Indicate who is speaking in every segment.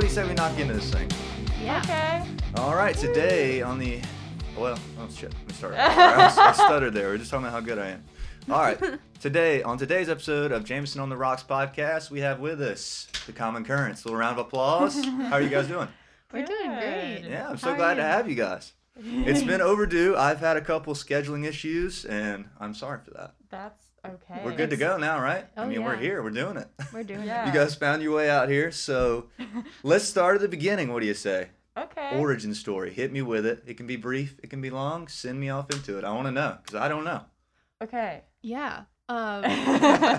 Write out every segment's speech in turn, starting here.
Speaker 1: say we knock into this thing?
Speaker 2: Yeah.
Speaker 3: Okay.
Speaker 1: All right, today on the well, oh shit, let me start. All right, I, s- I stuttered there. We're just talking about how good I am. All right, today on today's episode of Jameson on the Rocks podcast, we have with us the Common Currents. A little round of applause. How are you guys doing?
Speaker 2: We're doing
Speaker 3: Good.
Speaker 2: great.
Speaker 1: Yeah, I'm so
Speaker 2: How are
Speaker 1: glad to
Speaker 2: you?
Speaker 1: have you guys. It's been overdue. I've had a couple scheduling issues, and I'm sorry for that.
Speaker 3: That's okay.
Speaker 1: We're good to go now, right? I
Speaker 2: Oh,
Speaker 1: mean, we're
Speaker 2: yeah.
Speaker 1: here. We're doing it.
Speaker 2: We're doing
Speaker 3: Yeah.
Speaker 1: You guys found your way out here, so let's start at the beginning. What do you say?
Speaker 3: Okay.
Speaker 1: origin story. Hit me with it. It can be brief, it can be long. Send me off into it. I want to know because I don't know.
Speaker 3: okay.
Speaker 2: Yeah. Um,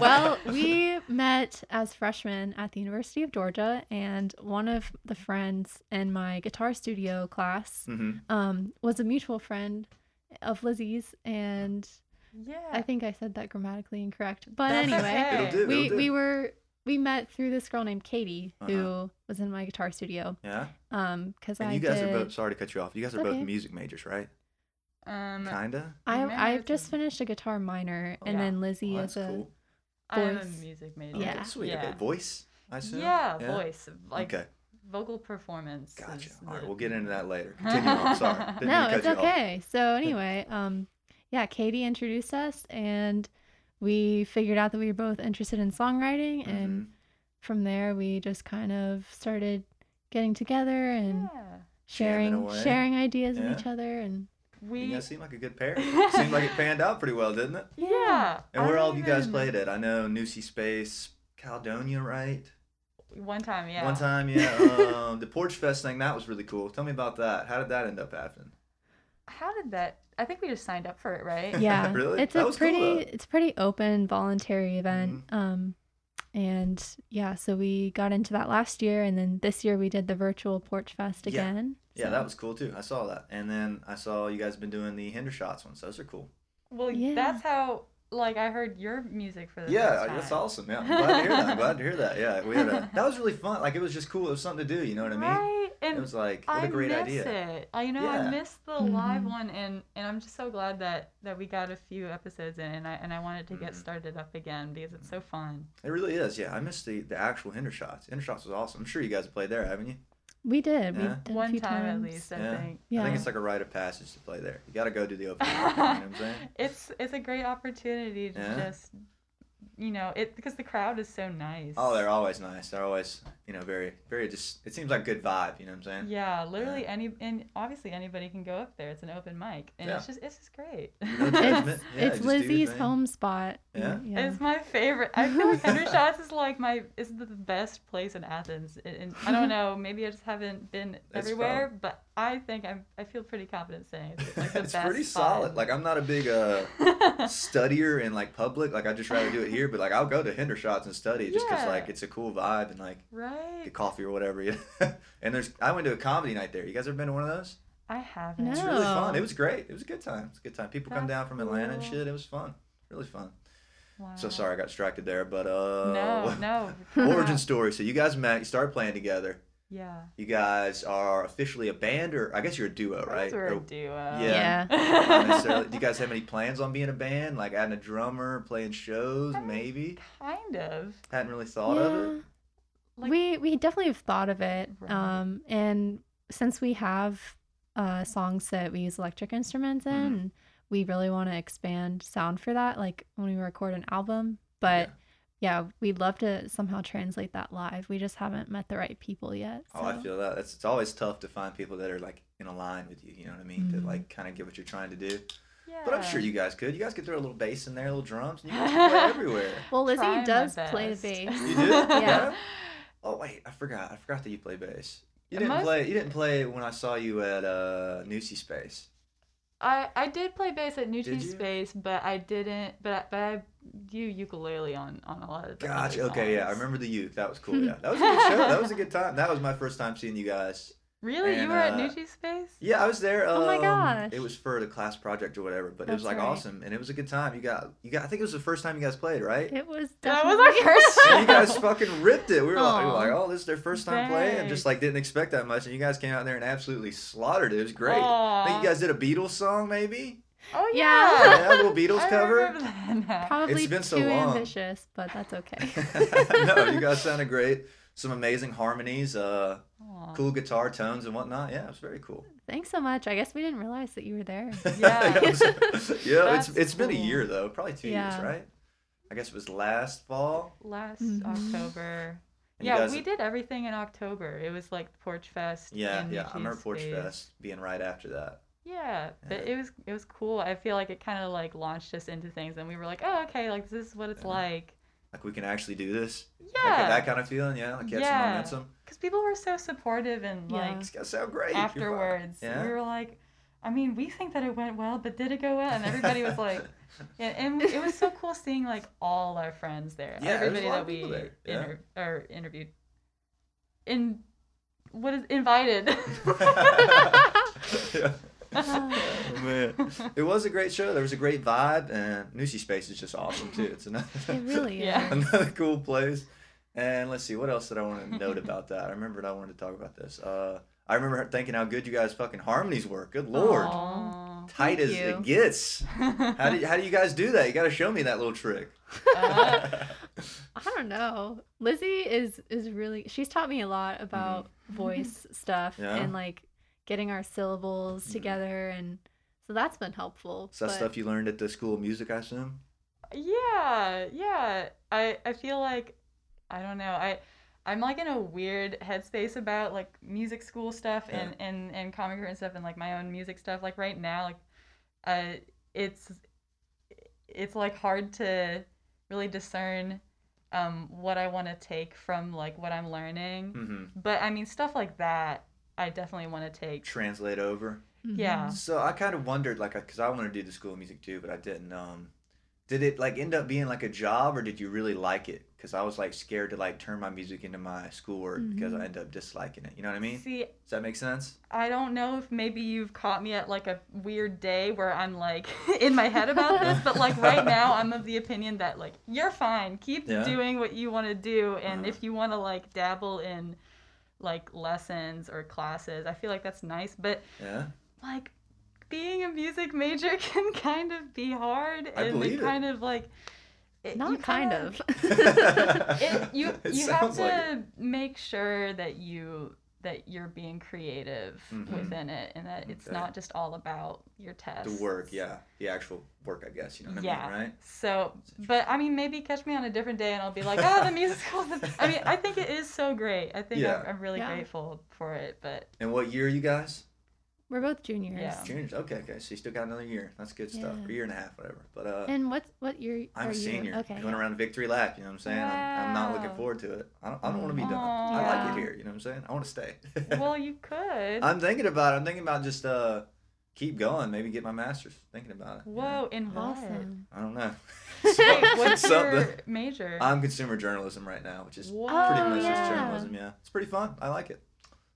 Speaker 2: well, we met as freshmen at the University of Georgia, and one of the friends in my guitar studio class
Speaker 1: hmm
Speaker 2: um, was a mutual friend of Lizzie's, and
Speaker 3: yeah.
Speaker 2: I think I said that grammatically incorrect. But
Speaker 3: That's
Speaker 2: anyway,
Speaker 3: okay.
Speaker 1: It'll do.
Speaker 2: we
Speaker 1: it'll do.
Speaker 2: we were we met through this girl named Katie who was in my guitar studio.
Speaker 1: yeah.
Speaker 2: Um, because
Speaker 1: And
Speaker 2: I
Speaker 1: you guys
Speaker 2: did,
Speaker 1: are both. Sorry to cut you off. You guys are
Speaker 2: It's
Speaker 1: both
Speaker 2: okay.
Speaker 1: music majors, right?
Speaker 3: Um,
Speaker 1: Kinda.
Speaker 2: I
Speaker 3: Remember
Speaker 2: I've just
Speaker 3: to-
Speaker 2: finished a guitar minor,
Speaker 1: Oh,
Speaker 2: and
Speaker 3: yeah.
Speaker 2: then Lizzie
Speaker 1: Well,
Speaker 2: is
Speaker 1: that's
Speaker 2: a
Speaker 1: cool.
Speaker 3: I'm a
Speaker 2: voice.
Speaker 3: music major.
Speaker 1: Okay,
Speaker 2: uh, Yeah.
Speaker 1: Sweet.
Speaker 3: Yeah.
Speaker 1: Okay. Voice. I assume.
Speaker 3: Yeah, voice. Like
Speaker 1: okay.
Speaker 3: vocal performance.
Speaker 1: Gotcha.
Speaker 3: is
Speaker 1: All right.
Speaker 3: the-
Speaker 1: We'll get into that later. Continue on. Sorry. Didn't mean
Speaker 2: no,
Speaker 1: to
Speaker 2: it's
Speaker 1: cut you off.
Speaker 2: okay. So anyway, um, yeah, Katie introduced us, and we figured out that we were both interested in songwriting,
Speaker 1: Mm-hmm.
Speaker 2: and from there we just kind of started getting together and
Speaker 3: Yeah.
Speaker 1: Jamming
Speaker 2: sharing
Speaker 1: away.
Speaker 2: sharing ideas
Speaker 1: Yeah.
Speaker 2: with each other, and
Speaker 3: We.
Speaker 1: You guys seem like a good pair. seemed like it panned out pretty well, didn't it?
Speaker 3: yeah.
Speaker 1: And
Speaker 3: I
Speaker 1: where
Speaker 3: don't
Speaker 1: all of you guys
Speaker 3: even-
Speaker 1: played it? I know Nucy Space, Caledonia, right?
Speaker 3: One time, yeah.
Speaker 1: One time, yeah, um, the porch fest thing that was really cool. Tell me about that. How did that end up happening?
Speaker 3: How did that? I think we just signed up for it, right?
Speaker 2: yeah,
Speaker 1: Really?
Speaker 2: it's
Speaker 1: That
Speaker 2: a
Speaker 1: was cool,
Speaker 2: pretty
Speaker 1: though. Mm-hmm.
Speaker 2: it's a pretty open voluntary event. Um, and yeah, so we got into that last year, and then this year we did the virtual porch fest
Speaker 1: Yeah.
Speaker 2: again.
Speaker 1: Yeah,
Speaker 2: so-
Speaker 1: that was cool too. I saw that, and then I saw you guys been doing the Hendershots ones. Those are cool.
Speaker 3: Well,
Speaker 2: Yeah.
Speaker 3: that's how. Like I heard your music for the
Speaker 1: Yeah,
Speaker 3: first time.
Speaker 1: that's awesome. Yeah, I'm glad to hear that. I'm glad to hear that. Yeah, we had a that was really fun. Like it was just cool. It was something to do. You know what I mean?
Speaker 3: Right? And
Speaker 1: It was like what a great
Speaker 3: miss
Speaker 1: idea.
Speaker 3: It. I you know
Speaker 1: Yeah.
Speaker 3: I missed the live
Speaker 2: Mhm.
Speaker 3: one, and and I'm just so glad that that we got a few episodes in, and I and I wanted to get
Speaker 1: Mhm.
Speaker 3: started up again because it's so fun.
Speaker 1: It really is. Yeah, I missed the the actual Hendershots. Hendershots was awesome. I'm sure you guys have played there, haven't you?
Speaker 2: We did. We
Speaker 1: Yeah.
Speaker 2: did a
Speaker 3: One
Speaker 2: few
Speaker 3: time at
Speaker 2: times.
Speaker 3: least, I
Speaker 1: yeah.
Speaker 3: think.
Speaker 1: I
Speaker 2: Yeah.
Speaker 1: think it's like a rite of passage to play there. You got to go do the open. mic, you know what I'm saying?
Speaker 3: It's it's a great opportunity to
Speaker 1: Yeah.
Speaker 3: just, you know, it because the crowd is so nice.
Speaker 1: Oh, they're always nice. They're always, you know, very, very just, it seems like good vibe, you know what I'm saying?
Speaker 3: Yeah, literally any and obviously anybody can go up there. It's an open mic, and it's
Speaker 1: Yeah.
Speaker 3: just it's just great.
Speaker 1: No
Speaker 2: it's,
Speaker 1: judgment. Yeah,
Speaker 2: it's
Speaker 1: just do your
Speaker 2: Lizzie's
Speaker 1: thing.
Speaker 2: home spot.
Speaker 1: Yeah?
Speaker 3: It's my favorite. I feel like Henry Shots is like my is the best place in Athens. And- And I don't know, maybe I just haven't been
Speaker 1: That's
Speaker 3: everywhere, but I think I'm I feel pretty confident saying it's like the
Speaker 1: it's
Speaker 3: best.
Speaker 1: pretty
Speaker 3: spot.
Speaker 1: solid. Like, I'm not a big uh, studier in like public. Like, I'd just rather do it here, but like, I'll go to Hendershots and study just 'cause
Speaker 3: Yeah.
Speaker 1: like it's a cool vibe and like
Speaker 3: right?
Speaker 1: get coffee or whatever. you know? and there's, I went to a comedy night there. You guys ever been to one of those?
Speaker 3: I haven't.
Speaker 1: It's really fun.
Speaker 2: No.
Speaker 1: It was great. It was a good time. It's a good time. People come
Speaker 3: That's
Speaker 1: down from Atlanta and
Speaker 3: cool.
Speaker 1: shit. It was fun. Really fun.
Speaker 3: Wow.
Speaker 1: So sorry I got distracted there, but uh,
Speaker 3: No, no.
Speaker 1: origin
Speaker 3: yeah.
Speaker 1: story. So you guys met, you started playing together.
Speaker 3: Yeah.
Speaker 1: You guys are officially a band, or I guess you're a duo,
Speaker 3: I
Speaker 1: Oh, right?
Speaker 3: guess We're
Speaker 1: Or
Speaker 3: a duo.
Speaker 1: Yeah.
Speaker 2: Yeah.
Speaker 1: not necessarily. Do you guys have any plans on being a band, like adding a drummer, playing shows, maybe?
Speaker 3: kind of.
Speaker 1: Hadn't really thought of it.
Speaker 3: Like-
Speaker 2: we we definitely have thought of it.
Speaker 3: Right.
Speaker 2: Um, and since we have uh, songs that we use electric instruments in,
Speaker 1: Mhm.
Speaker 2: and we really want to expand sound for that, like when we record an album. But yeah. we'd love to somehow translate that live. We just haven't met the right people yet.
Speaker 1: Oh, I
Speaker 2: so.
Speaker 1: feel that. It's, it's always tough to find people that are like in a line with you. You know what I mean? To
Speaker 2: Mhm.
Speaker 1: like kind of get what you're trying to do.
Speaker 3: Mm-hmm. Yeah.
Speaker 1: But I'm sure you guys could. You guys could throw a little bass in there, little drums, and you guys could play everywhere.
Speaker 2: Well,
Speaker 3: Try my
Speaker 2: Lizzie does play
Speaker 3: best.
Speaker 2: the bass.
Speaker 1: You do?
Speaker 2: Yeah.
Speaker 1: Oh wait, I forgot. I forgot that you play bass. You didn't
Speaker 3: Most-
Speaker 1: play. You didn't play when I saw you at uh, Nucy Space.
Speaker 3: I, I did play bass at New
Speaker 1: Did
Speaker 3: Team
Speaker 1: you?
Speaker 3: Space, but I didn't. But but I do ukulele on on a lot of. the other
Speaker 1: Gotcha. Okay, yeah, I
Speaker 3: songs.
Speaker 1: remember the youth. That was cool. Yeah, that was a good show. That was a good time. That was my first time seeing you guys.
Speaker 3: Really, you
Speaker 1: And,
Speaker 3: were at
Speaker 1: uh,
Speaker 3: New Team Space?
Speaker 1: Yeah, I was there. Um,
Speaker 2: Oh my gosh.
Speaker 1: It was for the class project or whatever, but it was
Speaker 3: That's
Speaker 1: like
Speaker 3: right.
Speaker 1: awesome, and it was a good time. You got, you got. I think it was the first time you guys played, right?
Speaker 2: It was
Speaker 3: That
Speaker 2: definitely
Speaker 3: was our first
Speaker 1: And you guys fucking ripped it. We were, like, we were
Speaker 2: Aw.
Speaker 1: like, oh, this is their first time playing. and Just like didn't expect that much, and you guys came out there and absolutely slaughtered it. It was great. I think you
Speaker 3: Aw.
Speaker 1: guys did a Beatles song, maybe.
Speaker 3: Oh
Speaker 2: Yeah.
Speaker 3: yeah.
Speaker 1: Yeah, a little Beatles
Speaker 3: I
Speaker 1: cover.
Speaker 3: remember that now.
Speaker 2: Probably
Speaker 1: It's been so
Speaker 2: too
Speaker 1: long.
Speaker 2: ambitious, but that's okay.
Speaker 1: no, you guys sounded great. some amazing harmonies, uh,
Speaker 3: Aw.
Speaker 1: cool guitar tones and whatnot. Yeah, it was very cool.
Speaker 2: Thanks so much. I guess we didn't realize that you were there.
Speaker 3: Yeah.
Speaker 1: it was- yeah, it's
Speaker 3: That's
Speaker 1: it's been a
Speaker 3: cool.
Speaker 1: year though, probably two
Speaker 2: Yeah.
Speaker 1: years, right? I guess it was last fall.
Speaker 3: Last
Speaker 2: Mhm.
Speaker 3: October.
Speaker 1: and you
Speaker 3: yeah,
Speaker 1: guys-
Speaker 3: we did everything in October. It was like Porch Fest.
Speaker 1: Yeah,
Speaker 3: in
Speaker 1: yeah. I remember
Speaker 3: Nikki's
Speaker 1: Porch
Speaker 3: space.
Speaker 1: Fest being right after that.
Speaker 3: Yeah, but
Speaker 1: Yeah.
Speaker 3: it was it was cool. I feel like it kind of like launched us into things, and we were like, oh, okay, like this is what it's
Speaker 1: Yeah.
Speaker 3: like.
Speaker 1: Like we can actually do this. Like,
Speaker 3: Yeah,
Speaker 1: that kind of feeling. Yeah, like you had
Speaker 3: Yeah.
Speaker 1: some momentum.
Speaker 3: because people were so supportive and
Speaker 2: Yeah.
Speaker 3: like
Speaker 1: It's gonna sound great. you're fine.
Speaker 3: afterwards,
Speaker 1: Yeah.
Speaker 3: we were like, I mean, we think that it went well, but did it go well? And everybody was like, yeah, and it was so cool seeing like all our friends there.
Speaker 1: Yeah, there was a
Speaker 3: everybody
Speaker 1: lot
Speaker 3: that
Speaker 1: of people
Speaker 3: we
Speaker 1: there, yeah.
Speaker 3: inter- or interviewed. In what is invited?
Speaker 1: Yeah.
Speaker 2: Ah.
Speaker 1: Man, it was a great show. There was a great vibe, and Nushi Space is just awesome too. It's another
Speaker 2: It really
Speaker 3: Yeah.
Speaker 2: is.
Speaker 1: another cool place. And let's see, what else did I want to note about that? I remembered I wanted to talk about this. Uh, I remember thinking how good you guys fucking harmonies were. Good lord,
Speaker 3: Aw.
Speaker 1: tight
Speaker 2: thank
Speaker 1: as
Speaker 2: you.
Speaker 1: it gets. How do you, how do you guys do that? You got to show me that little trick.
Speaker 3: Uh,
Speaker 2: I don't know. Lizzie is is really she's taught me a lot about voice stuff
Speaker 1: Mm-hmm. Yeah.
Speaker 2: and like getting our syllables
Speaker 1: Mhm.
Speaker 2: together and so that's been helpful.
Speaker 1: Is that
Speaker 2: but-
Speaker 1: stuff you learned at the school of music, I assume?
Speaker 3: yeah, yeah. I I feel like I don't know. I I'm like in a weird headspace about like music school stuff
Speaker 1: Yeah.
Speaker 3: and and and comic book and stuff and like my own music stuff. Like right now, like uh, it's it's like hard to really discern um what I want to take from like what I'm learning.
Speaker 1: Mm-hmm.
Speaker 3: But I mean, stuff like that, I definitely want to take.
Speaker 1: Translate over.
Speaker 2: Mhm.
Speaker 3: Yeah.
Speaker 1: So I kind of wondered, like, because I wanted to do the school of music too, but I didn't. Um, did it like end up being like a job, or did you really like it? Because I was like scared to like turn my music into my schoolwork because I
Speaker 2: Mhm.
Speaker 1: end up disliking it. You know what I mean?
Speaker 3: Mm-hmm. See,
Speaker 1: Does that make sense?
Speaker 3: I don't know if maybe you've caught me at like a weird day where I'm like in my head about this, but like right now I'm of the opinion that like you're fine. Keep
Speaker 1: Yeah.
Speaker 3: doing what you want to do and
Speaker 1: Uh-huh.
Speaker 3: if you want to like dabble in like lessons or classes, I feel like that's nice, but
Speaker 1: Yeah.
Speaker 3: like being a music major can kind of be hard
Speaker 1: I
Speaker 3: and
Speaker 1: believe it.
Speaker 3: kind of like it, you
Speaker 2: Not kind
Speaker 3: kinda-
Speaker 2: of.
Speaker 3: it, you
Speaker 1: It
Speaker 3: you have
Speaker 1: sounds
Speaker 3: to
Speaker 1: like
Speaker 3: make sure that you that you're being creative
Speaker 1: Mhm.
Speaker 3: within it and that it's
Speaker 1: Okay.
Speaker 3: not just all about your test
Speaker 1: The work, yeah, the actual work, I guess. You know what
Speaker 3: Yeah.
Speaker 1: I mean, right?
Speaker 3: so but i mean maybe catch me on a different day and i'll be like oh the music school the-" i mean i think it is so great i think
Speaker 1: Yeah.
Speaker 3: I'm, I'm really
Speaker 2: Yeah.
Speaker 3: grateful for it but
Speaker 1: And what year are you guys?
Speaker 2: We're both juniors.
Speaker 3: Yeah.
Speaker 1: Juniors. Okay, okay. So you still got another year. That's good stuff.
Speaker 2: Yeah.
Speaker 1: A year and a half, whatever. But uh,
Speaker 2: And what what year
Speaker 1: I'm
Speaker 2: are
Speaker 1: a senior.
Speaker 2: you? Okay.
Speaker 1: Going around victory lap. You know what I'm saying? I'm, I'm not looking
Speaker 3: Wow.
Speaker 1: forward to it. I don't, I don't want to be done. I like
Speaker 2: Aw.
Speaker 1: it here. You know what I'm saying? I want to stay.
Speaker 3: well you could
Speaker 1: I'm thinking about. it. I'm thinking about just uh, keep going. Maybe get my master's. Thinking about it. you know?
Speaker 3: whoa in what
Speaker 2: Awesome.
Speaker 1: I don't know.
Speaker 3: Wait, what's your
Speaker 1: Something.
Speaker 3: major
Speaker 1: I'm consumer journalism right now, which is pretty
Speaker 3: Whoa.
Speaker 1: much
Speaker 2: yeah.
Speaker 1: just journalism. Yeah, it's pretty fun. I like it.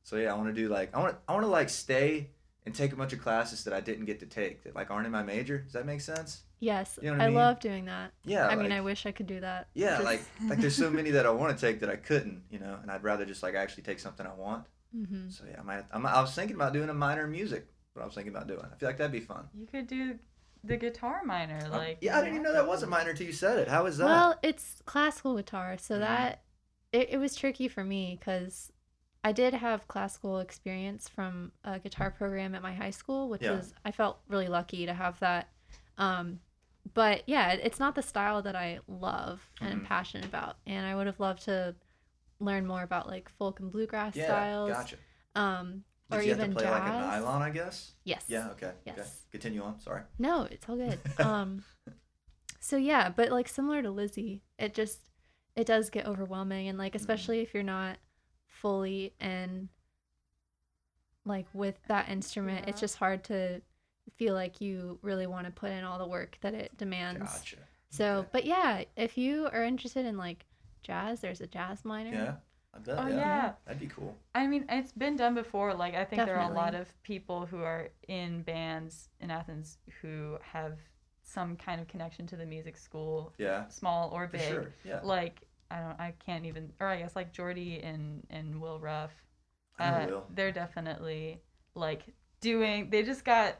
Speaker 1: So yeah, I want to do like I want I want to like stay and take a bunch of classes that I didn't get to take that like aren't in my major. Does that make sense?
Speaker 2: Yes.
Speaker 1: You know what
Speaker 2: I,
Speaker 1: I mean?
Speaker 2: love doing that.
Speaker 1: Yeah.
Speaker 2: I mean,
Speaker 1: like-
Speaker 2: I wish I could do that.
Speaker 1: Yeah,
Speaker 2: Just-
Speaker 1: like like there's so many that I want to take that I couldn't, you know, and I'd rather just like actually take something I want.
Speaker 2: Mhm.
Speaker 1: So yeah, I might. I'm, I was thinking about doing a minor in music. What I was thinking about doing. I feel like that'd be fun.
Speaker 3: you could do the guitar minor
Speaker 1: Um,
Speaker 3: like
Speaker 1: yeah, I didn't even know that was a
Speaker 3: minor.
Speaker 1: minor till you said it. How is that?
Speaker 2: Well, it's classical guitar, so
Speaker 1: Mhm.
Speaker 2: that it, it was tricky for me because I did have classical experience from a guitar program at my high school, which
Speaker 1: Yeah.
Speaker 2: was I felt really lucky to have that. Um, but yeah, it, it's not the style that I love and am
Speaker 1: Mhm.
Speaker 2: passionate about, and I would have loved to learn more about like folk and bluegrass
Speaker 1: yeah,
Speaker 2: styles,
Speaker 1: gotcha.
Speaker 2: um,
Speaker 1: Did
Speaker 2: or
Speaker 1: you
Speaker 2: even
Speaker 1: have to play
Speaker 2: jazz.
Speaker 1: like an nylon, I guess?
Speaker 2: Yes.
Speaker 1: Yeah. Okay. Okay.
Speaker 2: Yes.
Speaker 1: Continue on. Sorry.
Speaker 2: No, it's all good. Um, so yeah, but like similar to Lizzie, it just it does get overwhelming, and like
Speaker 1: Mm-hmm.
Speaker 2: especially if you're not fully in like with that instrument, it's
Speaker 3: Yeah.
Speaker 2: just hard to feel like you really want to put in all the work that it demands.
Speaker 1: Gotcha.
Speaker 2: So,
Speaker 1: Okay.
Speaker 2: but yeah, if you are interested in like jazz, there's a jazz minor.
Speaker 1: Yeah. I bet.
Speaker 3: Oh
Speaker 1: yeah.
Speaker 3: yeah.
Speaker 1: That'd be cool.
Speaker 3: I mean, it's been done before. Like, I think there are a lot
Speaker 2: Definitely.
Speaker 3: of people who are in bands in Athens who have some kind of connection to the music school,
Speaker 1: Yeah.
Speaker 3: small or
Speaker 1: For
Speaker 3: big.
Speaker 1: sure. Yeah.
Speaker 3: Like, I don't, I can't even, or I guess like Jordy and and Will Ruff,
Speaker 1: I know Will.
Speaker 3: Uh, they're definitely like doing. They just got.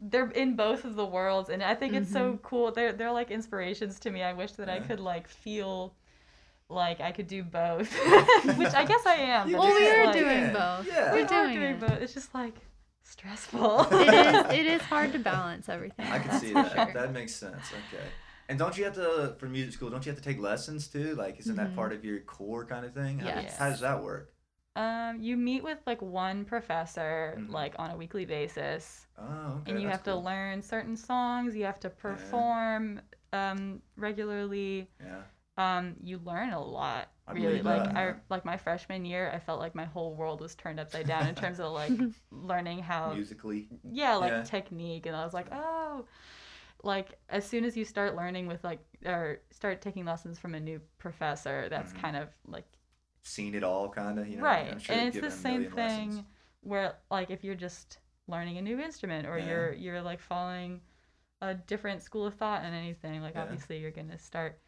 Speaker 3: They're in both of the worlds, and I think it's so cool. They're they're like inspirations to me. I wish that I
Speaker 1: Yeah.
Speaker 3: could like feel like I could do both, which I guess I am.
Speaker 1: You
Speaker 3: but
Speaker 2: Well,
Speaker 3: it's
Speaker 2: we
Speaker 3: just
Speaker 2: are
Speaker 3: like-
Speaker 2: doing
Speaker 1: Yeah,
Speaker 2: both.
Speaker 1: yeah.
Speaker 2: We're
Speaker 3: we are
Speaker 2: doing, it.
Speaker 3: both. It's just like stressful.
Speaker 2: it is. It is hard to balance everything.
Speaker 1: I can
Speaker 2: that's
Speaker 1: see
Speaker 2: for
Speaker 1: that.
Speaker 2: sure.
Speaker 1: That makes sense. Okay. And don't you have to for music school? Don't you have to take lessons too? Like, isn't
Speaker 3: Mm-hmm.
Speaker 1: that
Speaker 2: Mhm.
Speaker 1: part of your core kind of thing? How,
Speaker 2: Yes.
Speaker 1: how does that work?
Speaker 3: Um, you meet with like one professor
Speaker 2: Mm-hmm.
Speaker 1: Mhm.
Speaker 3: like on a weekly basis,
Speaker 1: Oh, okay.
Speaker 3: and you
Speaker 1: that's
Speaker 3: have to
Speaker 1: cool.
Speaker 3: learn certain songs. You have to perform um, regularly.
Speaker 1: Yeah.
Speaker 3: Um, you learn a lot.
Speaker 1: I
Speaker 3: really,
Speaker 1: believe uh,
Speaker 3: like
Speaker 1: that,
Speaker 3: I
Speaker 1: yeah.
Speaker 3: like my freshman year, I felt like my whole world was turned upside down in terms of like learning how
Speaker 1: Musically.
Speaker 3: yeah like
Speaker 1: Yeah.
Speaker 3: technique and i was like oh like as soon as you start learning with like or start taking lessons from a new professor that's
Speaker 1: Mhm.
Speaker 3: kind of like
Speaker 1: Seen it all, kind of. You know,
Speaker 3: right
Speaker 1: I'm sure
Speaker 3: and
Speaker 1: they've
Speaker 3: it's the
Speaker 1: given a
Speaker 3: same
Speaker 1: million lessons.
Speaker 3: thing where like if you're just learning a new instrument or
Speaker 1: Yeah.
Speaker 3: you're you're like following a different school of thought and anything like
Speaker 1: Yeah.
Speaker 3: obviously you're gonna start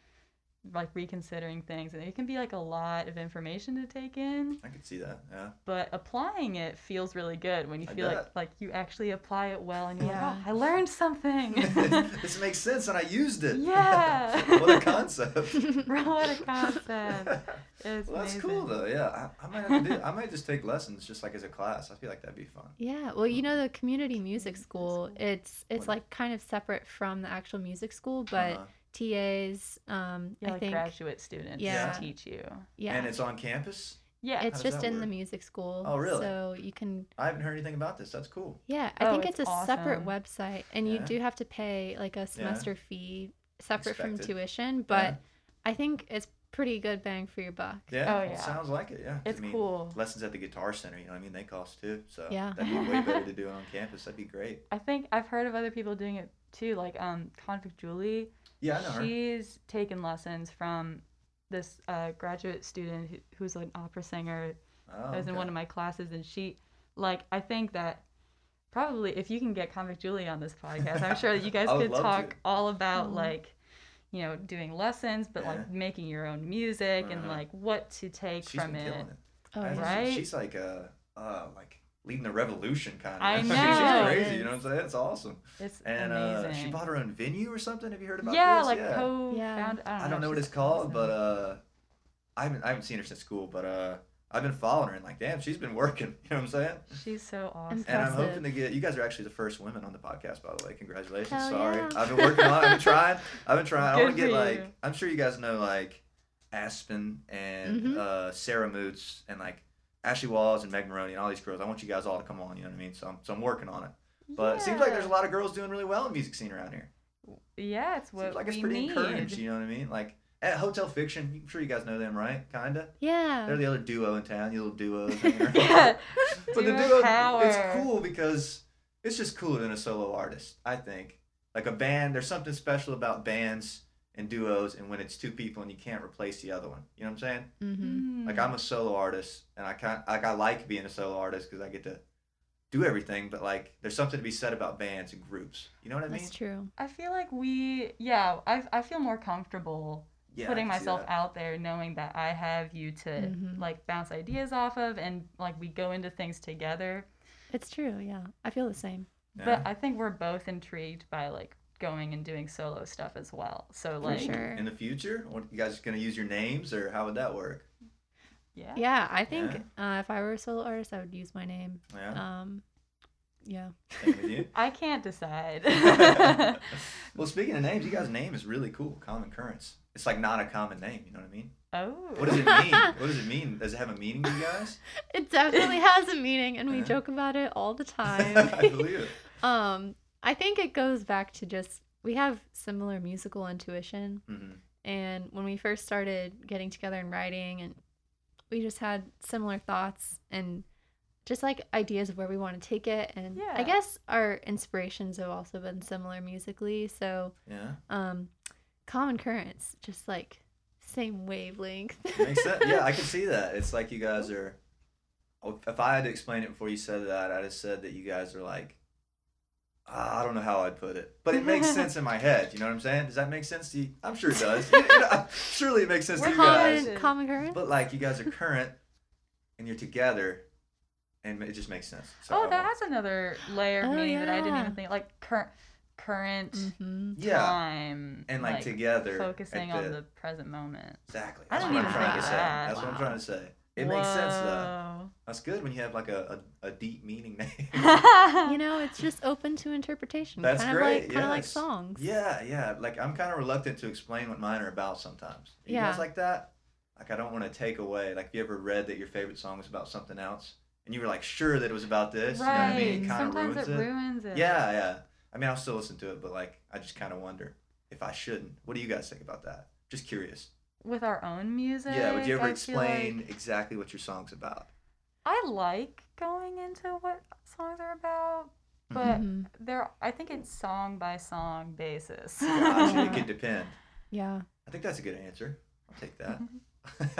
Speaker 3: like reconsidering things and it can be like a lot of information to take in
Speaker 1: I could see that. Yeah.
Speaker 3: but applying it feels really good when you
Speaker 1: I
Speaker 3: feel like
Speaker 1: bet.
Speaker 3: like you actually apply it well and you're like
Speaker 2: Yeah.
Speaker 3: oh, i learned something
Speaker 1: this makes sense, and I used it.
Speaker 3: Yeah.
Speaker 1: what a concept.
Speaker 3: Bro, what a concept. It's
Speaker 1: Well, that's
Speaker 3: amazing.
Speaker 1: cool though. Yeah, I, I might have to do. I might just take lessons, just like as a class. I feel like that'd be fun.
Speaker 2: Yeah, well, you know the community music
Speaker 3: Music
Speaker 2: school.
Speaker 3: school.
Speaker 2: It's it's
Speaker 1: What-
Speaker 2: like kind of separate from the actual music school, but
Speaker 1: Uh-huh.
Speaker 2: TAs. Um,
Speaker 3: Yeah,
Speaker 2: I
Speaker 3: like
Speaker 2: think
Speaker 3: graduate students
Speaker 2: Yeah.
Speaker 3: teach you.
Speaker 2: yeah,
Speaker 1: and it's on campus.
Speaker 3: Yeah.
Speaker 2: It's
Speaker 1: does
Speaker 2: just
Speaker 1: that
Speaker 2: in the
Speaker 1: work?
Speaker 2: music school.
Speaker 1: Oh, really?
Speaker 2: So you can
Speaker 1: I haven't heard anything about this. That's cool.
Speaker 2: yeah. I
Speaker 3: Oh,
Speaker 2: think it's,
Speaker 3: it's
Speaker 2: a separate
Speaker 3: awesome.
Speaker 2: website, and you
Speaker 1: Yeah.
Speaker 2: do have to pay like a semester fee separate from
Speaker 1: Expected.
Speaker 2: tuition,
Speaker 1: Yeah.
Speaker 2: but I think it's pretty good bang for your buck.
Speaker 1: Yeah.
Speaker 3: Oh,
Speaker 1: well,
Speaker 3: yeah.
Speaker 1: sounds like it. Yeah. 'Cause,
Speaker 3: it's
Speaker 1: I mean,
Speaker 3: cool.
Speaker 1: Lessons at the Guitar Center. You know what I mean? They cost too. So
Speaker 2: Yeah.
Speaker 1: that'd be way better to do it on campus. That'd be great.
Speaker 3: I think I've heard of other people doing it too, like um Convict Julie.
Speaker 1: Yeah, I know her.
Speaker 3: She's taken lessons from this uh, graduate student who, who's an opera singer
Speaker 1: Oh,
Speaker 3: I was in
Speaker 1: okay.
Speaker 3: one of my classes and she like I think that probably if you can get Convict Julie on this podcast, I'm sure that you guys
Speaker 1: I would
Speaker 3: could
Speaker 1: love to.
Speaker 3: talk all about
Speaker 2: Mhm.
Speaker 3: like you know, doing lessons, but
Speaker 1: Yeah.
Speaker 3: like making your own music and
Speaker 1: Uh-huh.
Speaker 3: like what to take
Speaker 1: She's
Speaker 3: from
Speaker 1: been
Speaker 3: it.
Speaker 1: killing it.
Speaker 2: Oh,
Speaker 1: I
Speaker 2: yeah.
Speaker 1: think
Speaker 3: Right?
Speaker 1: she- She's like uh uh like leading the revolution kind of.
Speaker 3: I
Speaker 2: know.
Speaker 1: she's crazy. You know what I'm saying? It's awesome.
Speaker 3: It's
Speaker 1: And uh,
Speaker 3: amazing.
Speaker 1: she bought her own venue or something. Have you heard about
Speaker 3: yeah,
Speaker 1: this?
Speaker 3: like co
Speaker 2: Yeah.
Speaker 3: found I don't know,
Speaker 1: I don't know what
Speaker 3: she's
Speaker 1: it's called,
Speaker 3: awesome.
Speaker 1: but uh, I haven't I haven't seen her since school, but uh, I've been following her and like, damn, she's been working. You know what I'm saying?
Speaker 3: she's so awesome.
Speaker 1: And I'm
Speaker 2: Impressive.
Speaker 1: hoping to get you guys are actually the first women on the podcast, by the way. Congratulations.
Speaker 2: Hell
Speaker 1: Sorry.
Speaker 2: yeah.
Speaker 1: I've been working on it. I've been trying. I've been trying. I
Speaker 3: Good
Speaker 1: want to get
Speaker 3: for
Speaker 1: like
Speaker 3: you.
Speaker 1: I'm sure you guys know like Aspen and
Speaker 3: Mm-hmm.
Speaker 2: Mhm.
Speaker 1: uh, Sarah Moots and like Ashley Walls and Meg Maroney and all these girls. I want you guys all to come on, you know what I mean? So I'm so I'm working on it. But it seems like there's a lot of girls doing really well in music scene around here.
Speaker 3: Yeah, it's what
Speaker 1: seems like
Speaker 3: we
Speaker 1: it's pretty
Speaker 3: need.
Speaker 1: encouraged, you know what I mean? Like at Hotel Fiction, I'm sure you guys know them, right? Kinda.
Speaker 2: Yeah.
Speaker 1: They're the other duo in town, the little duos. hanging around
Speaker 3: Um, yeah.
Speaker 1: but the
Speaker 3: Duo
Speaker 1: duo,
Speaker 3: power.
Speaker 1: it's cool because it's just cooler than a solo artist. I think like a band, there's something special about bands and duos, and when it's two people and you can't replace the other one. You know what I'm saying?
Speaker 2: hmm
Speaker 1: Like
Speaker 3: Mm.
Speaker 1: I'm a solo artist, and I kind like I like being a solo artist because I get to do everything. But like, there's something to be said about bands and groups. You know what I mean?
Speaker 2: That's true.
Speaker 3: I feel like we, yeah, I, I feel more comfortable
Speaker 1: Yeah, I
Speaker 3: putting
Speaker 1: can see
Speaker 3: myself
Speaker 1: that.
Speaker 3: out there, knowing that I have you to
Speaker 2: Mhm.
Speaker 3: like bounce ideas off of, and like we go into things together.
Speaker 2: It's true. Yeah, I feel the same.
Speaker 1: Yeah.
Speaker 3: But I think we're both intrigued by like going and doing solo stuff as well. So
Speaker 2: For
Speaker 3: like,
Speaker 2: sure.
Speaker 1: In the future, what, you guys gonna use your names, or how would that work?
Speaker 3: yeah,
Speaker 2: Yeah, I think Uh, if I were a solo artist, I would use my name.
Speaker 3: Uh.
Speaker 1: Yeah,
Speaker 2: Um, yeah.
Speaker 1: same with you.
Speaker 3: I can't decide.
Speaker 1: well, speaking of names, you guys' name is really cool. Common Currents. It's like not a common name. You know what I mean?
Speaker 3: oh,
Speaker 1: What does it mean? what does it mean? Does it have a meaning to you guys?
Speaker 2: It definitely has a meaning, and we
Speaker 1: Yeah.
Speaker 2: joke about it all the
Speaker 1: I
Speaker 2: time.
Speaker 1: believe it.
Speaker 2: um, I think it goes back to just we have similar musical intuition,
Speaker 1: Mhm.
Speaker 2: and when we first started getting together and writing, and we just had similar thoughts and just like ideas of where we want to take it, and I
Speaker 3: Yeah.
Speaker 2: guess our inspirations have also been similar musically. So,
Speaker 1: Yeah,
Speaker 2: um, common currents, just like same wavelength.
Speaker 1: makes sense. Yeah, I can see that. It's like you guys are. oh, If I had to explain it before you said that, I'd have said that you guys are like. ah, I don't know how I'd put it, but it makes sense in my head. You know what I'm saying? Does that make sense to you? I'm sure it does. You know, surely it makes sense to
Speaker 3: We're
Speaker 1: you guys.
Speaker 2: common, common currents.
Speaker 1: But like you guys are current, and you're together, and it just makes sense. So I
Speaker 3: oh,
Speaker 1: won't-
Speaker 3: that's another layer of
Speaker 2: Oh,
Speaker 3: meaning that I didn't
Speaker 2: yeah.
Speaker 3: even think. Like current, current
Speaker 2: hmm
Speaker 1: Yeah.
Speaker 3: time
Speaker 1: And like, together. at
Speaker 3: focusing on
Speaker 1: the-
Speaker 3: the present moment.
Speaker 1: Exactly.
Speaker 3: I
Speaker 1: That's
Speaker 3: didn't
Speaker 1: what I'm
Speaker 3: even
Speaker 1: trying
Speaker 3: think
Speaker 1: to
Speaker 3: of
Speaker 1: say.
Speaker 3: that.
Speaker 1: That's what I'm
Speaker 2: Wow.
Speaker 1: trying to say. It makes sense though.
Speaker 3: Whoa.
Speaker 1: That's good when you have like a, a, a deep meaning name.
Speaker 2: You know, it's just open to interpretation.
Speaker 1: That's
Speaker 2: kind
Speaker 1: great,
Speaker 2: of like kind of like
Speaker 1: yes.
Speaker 2: songs.
Speaker 1: yeah, yeah. Like I'm kind of reluctant to explain what mine are about sometimes. You
Speaker 2: Yeah.
Speaker 1: guys like that? Like I don't want to take away. Like you ever read that your favorite song was about something else, and you were like sure that it was about this.
Speaker 3: right.
Speaker 1: You know what I mean? It kind of
Speaker 3: Sometimes
Speaker 1: ruins
Speaker 3: it ruins it.
Speaker 1: Yeah, yeah. I mean, I'll still listen to it, but like I just kind of wonder if I shouldn't. What do you guys think about that? Just curious.
Speaker 3: With our own music.
Speaker 1: yeah. Would you ever
Speaker 3: I feel like-
Speaker 1: explain exactly what your song's about?
Speaker 3: I like going into what songs are about, but
Speaker 2: Mhm.
Speaker 3: there I think it's song by song basis.
Speaker 1: Gosh, it could depend.
Speaker 2: Yeah.
Speaker 1: I think that's a good answer. I'll take that.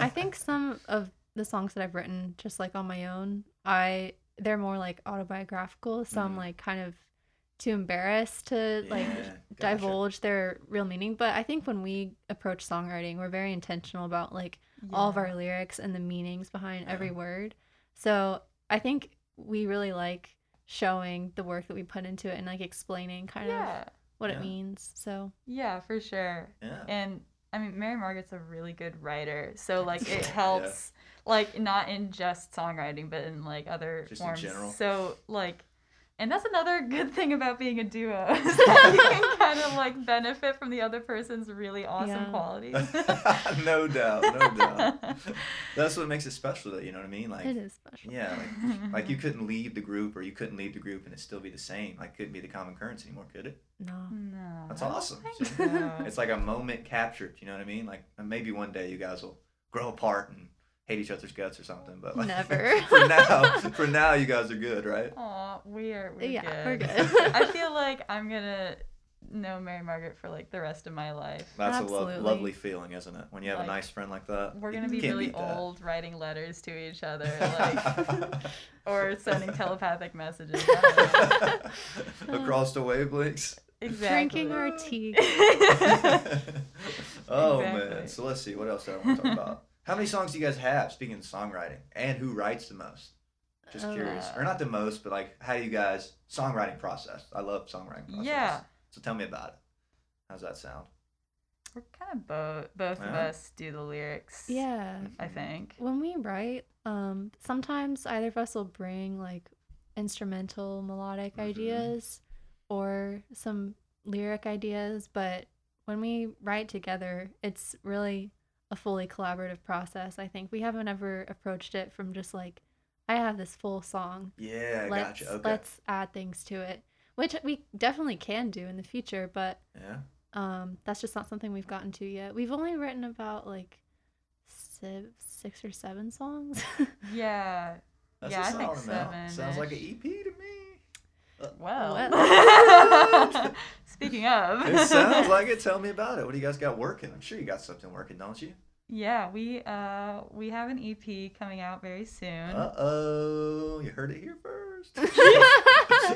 Speaker 2: I think some of the songs that I've written, just like on my own, I they're more like autobiographical, so
Speaker 1: Mhm.
Speaker 2: I'm like kind of too embarrassed to like
Speaker 1: Yeah, gotcha.
Speaker 2: divulge their real meaning. But I think when we approach songwriting, we're very intentional about like all of
Speaker 3: Yeah.
Speaker 2: our lyrics and the meanings behind
Speaker 1: Yeah.
Speaker 2: every word. So I think we really like showing the work that we put into it and like explaining kind
Speaker 3: Yeah.
Speaker 2: of what
Speaker 1: Yeah.
Speaker 2: it means. So
Speaker 3: Yeah, for sure.
Speaker 1: Yeah.
Speaker 3: And I mean Mary Margaret's a really good writer, so like
Speaker 1: Yeah.
Speaker 3: it helps like not in just songwriting but in like other
Speaker 1: Just in
Speaker 3: forms.
Speaker 1: general.
Speaker 3: So like and that's another good thing about being a duo is that you can kind of like benefit from the other person's really awesome
Speaker 2: Yeah.
Speaker 3: qualities.
Speaker 1: no doubt, no doubt. That's what makes it special, though. You know what I mean? Like,
Speaker 2: it is special.
Speaker 1: yeah, like, like you couldn't leave the group, or you couldn't leave the group, and it still be the same. Like, couldn't be the common currency anymore, could it?
Speaker 2: No.
Speaker 3: No.
Speaker 1: That's awesome.
Speaker 3: I
Speaker 1: See?
Speaker 3: don't think so.
Speaker 1: It's like a moment captured. You know what I mean? Like, uh, maybe one day you guys will grow apart and hate each other's guts or something. But like,
Speaker 2: Never.
Speaker 1: for now, for now, you guys are good, right?
Speaker 3: Aw, we are. We're
Speaker 2: Yeah, we're
Speaker 3: good.
Speaker 2: good.
Speaker 3: I feel like I'm gonna know Mary Margaret for like the rest of my life.
Speaker 1: That's a lo-
Speaker 2: Absolutely.
Speaker 1: lovely feeling, isn't it? When you have
Speaker 3: Like,
Speaker 1: a nice friend like that.
Speaker 3: We're
Speaker 1: you
Speaker 3: gonna be
Speaker 1: can't
Speaker 3: really
Speaker 1: beat that.
Speaker 3: old, writing letters to each other, like, or sending telepathic messages. I don't know.
Speaker 1: Across the wavelengths.
Speaker 3: exactly.
Speaker 2: Drinking our tea.
Speaker 1: oh man.
Speaker 3: Exactly.
Speaker 1: So let's see what else do I want to talk about. How many songs do you guys have? Speaking of songwriting, and who writes the most? Just curious,
Speaker 3: Uh.
Speaker 1: or not the most, but like how do you guys songwriting process? I love songwriting process.
Speaker 3: Yeah.
Speaker 1: So tell me about it. How's that sound?
Speaker 3: We're kind of both. Both of
Speaker 1: Yeah.
Speaker 3: us do the lyrics.
Speaker 2: Yeah.
Speaker 3: I think.
Speaker 2: When we write, um, sometimes either of us will bring like instrumental melodic
Speaker 1: Mhm.
Speaker 2: ideas or some lyric ideas, but when we write together, it's really a fully collaborative process. I think we haven't ever approached it from just like, I have this full song.
Speaker 1: Yeah,
Speaker 2: let's
Speaker 1: gotcha. Okay.
Speaker 2: let's add things to it, which we definitely can do in the future, but
Speaker 1: Yeah.
Speaker 2: um that's just not something we've gotten to yet we've only written about like six, six or seven songs
Speaker 3: Yeah.
Speaker 1: That's
Speaker 3: Yeah,
Speaker 1: a
Speaker 3: I think
Speaker 1: solid amount.
Speaker 3: seven-ish.
Speaker 1: Sounds like an EP to me.
Speaker 3: Well. Speaking of.
Speaker 1: It sounds like it. Tell me about it. What do you guys got working? I'm sure you got something working, don't you?
Speaker 3: Yeah, we uh we have an EP coming out very soon,
Speaker 1: Uh oh, you heard it here first.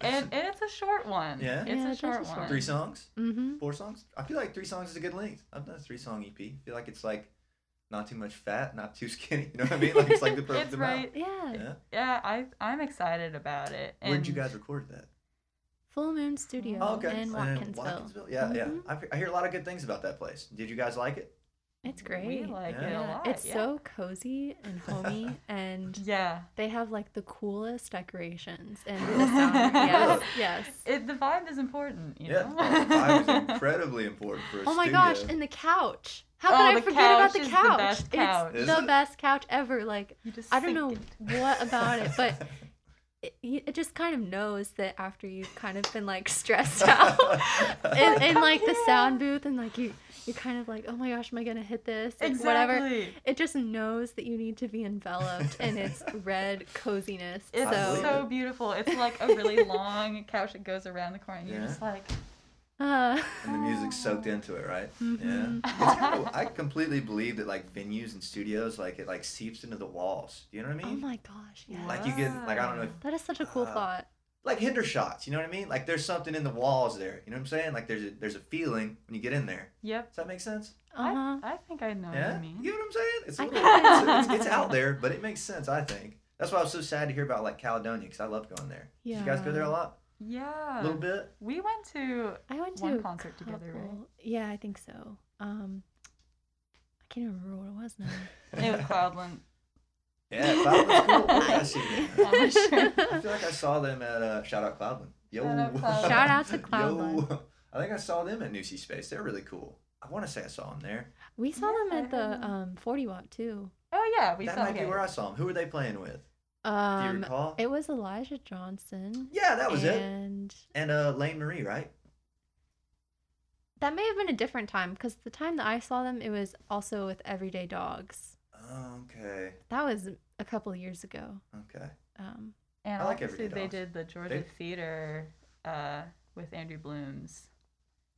Speaker 3: and, and it's a short one.
Speaker 1: Yeah?
Speaker 3: it's
Speaker 2: Yeah,
Speaker 3: a
Speaker 2: that's a
Speaker 3: short
Speaker 2: short
Speaker 3: one.
Speaker 1: three songs,
Speaker 2: mm-hmm
Speaker 1: four songs. I feel like three songs is a good length. I've done a three song EP. I feel like it's like not too much fat, not too skinny. You know what I mean? Like it's like the perfect
Speaker 3: It's
Speaker 1: amount.
Speaker 3: right.
Speaker 2: yeah
Speaker 1: Yeah.
Speaker 3: Yeah, I I'm excited about it. And
Speaker 1: Where'd you guys record that?
Speaker 2: full moon studio
Speaker 1: Oh, okay.
Speaker 2: in
Speaker 1: Uh,
Speaker 2: watkinsville,
Speaker 1: Yeah, yeah.
Speaker 2: Mhm.
Speaker 1: I've- I hear a lot of good things about that place. Did you guys like it?
Speaker 2: it's great
Speaker 3: We like it
Speaker 1: Yeah.
Speaker 3: a
Speaker 2: Yeah,
Speaker 3: lot.
Speaker 2: it's
Speaker 3: yeah.
Speaker 2: so cozy and homey and
Speaker 3: yeah.
Speaker 2: they have like the coolest decorations and the sound yes yes
Speaker 3: It, the vibe is important, you
Speaker 1: yeah.
Speaker 3: know.
Speaker 1: Oh, I was incredibly important for a
Speaker 2: oh my
Speaker 1: studio.
Speaker 2: gosh and the couch how
Speaker 3: Oh,
Speaker 2: could i
Speaker 3: the
Speaker 2: forget about the
Speaker 3: couch is the
Speaker 2: couch,
Speaker 3: best couch.
Speaker 2: it's
Speaker 1: Isn't
Speaker 2: the
Speaker 1: it?
Speaker 2: best couch ever like
Speaker 3: You just
Speaker 2: I don't
Speaker 3: sink
Speaker 2: know
Speaker 3: it.
Speaker 2: what about it, but it, you- it just kind of knows that after you've kind of been like stressed out in, in like the
Speaker 3: Yeah.
Speaker 2: sound booth and like you you're kind of like oh my gosh am I gonna hit this Like, whatever
Speaker 3: Exactly.
Speaker 2: it just knows that you need to be enveloped in its red coziness
Speaker 3: It's
Speaker 1: I
Speaker 2: so
Speaker 3: so,
Speaker 1: believe it.
Speaker 3: beautiful. It's like a really long couch that goes around the corner. And you're
Speaker 1: Yeah.
Speaker 3: just like,
Speaker 2: uh,
Speaker 1: and the music's soaked into it, right?
Speaker 2: Mhm.
Speaker 1: Yeah. It's kinda- I completely believe that like venues and studios, like it like seeps into the walls. Do you know what I
Speaker 2: oh
Speaker 1: mean?
Speaker 2: my gosh yeah
Speaker 1: like you get like I don't know, if,
Speaker 2: that is such a cool
Speaker 1: Uh,
Speaker 2: thought
Speaker 1: like hinder shots. You know what I mean? Like there's something in the walls there. You know what I'm saying? Like there's a, there's a feeling when you get in there.
Speaker 3: yep.
Speaker 1: Does that make sense?
Speaker 2: uh-huh
Speaker 3: I, I think I know what
Speaker 1: yeah.
Speaker 3: you mean.
Speaker 1: You know what I'm saying? It's a
Speaker 2: I
Speaker 1: little,
Speaker 2: think
Speaker 1: it's,
Speaker 3: that's-
Speaker 1: it's- it's out there, but it makes sense. I think that's why I was so sad to hear about like Caledonia because I love going there. Did you guys go there a
Speaker 2: Yeah.
Speaker 1: lot?
Speaker 3: Yeah.
Speaker 1: a little bit.
Speaker 3: We went to
Speaker 2: I went to
Speaker 3: one
Speaker 2: a
Speaker 3: concert together, right?
Speaker 2: couple- Yeah, I think so. Um, I can't even remember what it was now.
Speaker 3: it was Cloudland.
Speaker 1: Yeah, Cloudland's cool. I, see them.
Speaker 3: On my shirt.
Speaker 1: I feel like I saw them at uh, shout out Cloudland. Yo,
Speaker 3: Shout out Cloudland.
Speaker 2: Shout out to
Speaker 1: Yo.
Speaker 2: Cloudland.
Speaker 1: I think I saw them at Nucy Space. They're really cool. I want to say I saw them there.
Speaker 2: we saw
Speaker 3: Yeah, I
Speaker 2: them at
Speaker 3: heard
Speaker 2: the
Speaker 3: them.
Speaker 2: um, 40 Watt too.
Speaker 3: Oh yeah, we
Speaker 1: that
Speaker 3: saw
Speaker 1: might
Speaker 3: okay.
Speaker 1: be where I saw them. Who were they playing with? Do you
Speaker 2: Um,
Speaker 1: recall?
Speaker 2: it was Elijah Johnson.
Speaker 1: yeah, that was it.
Speaker 2: and
Speaker 1: And uh, Lane Marie, right?
Speaker 2: that may have been a different time because the time that I saw them, it was also with Everyday Dogs.
Speaker 1: Oh, okay.
Speaker 2: That was a couple of years ago.
Speaker 1: Okay.
Speaker 2: Um,
Speaker 3: And
Speaker 1: I like
Speaker 3: obviously
Speaker 1: Everyday
Speaker 3: they
Speaker 1: Dogs.
Speaker 3: did the Georgia
Speaker 1: They-
Speaker 3: Theater uh, with Andrew Blooms.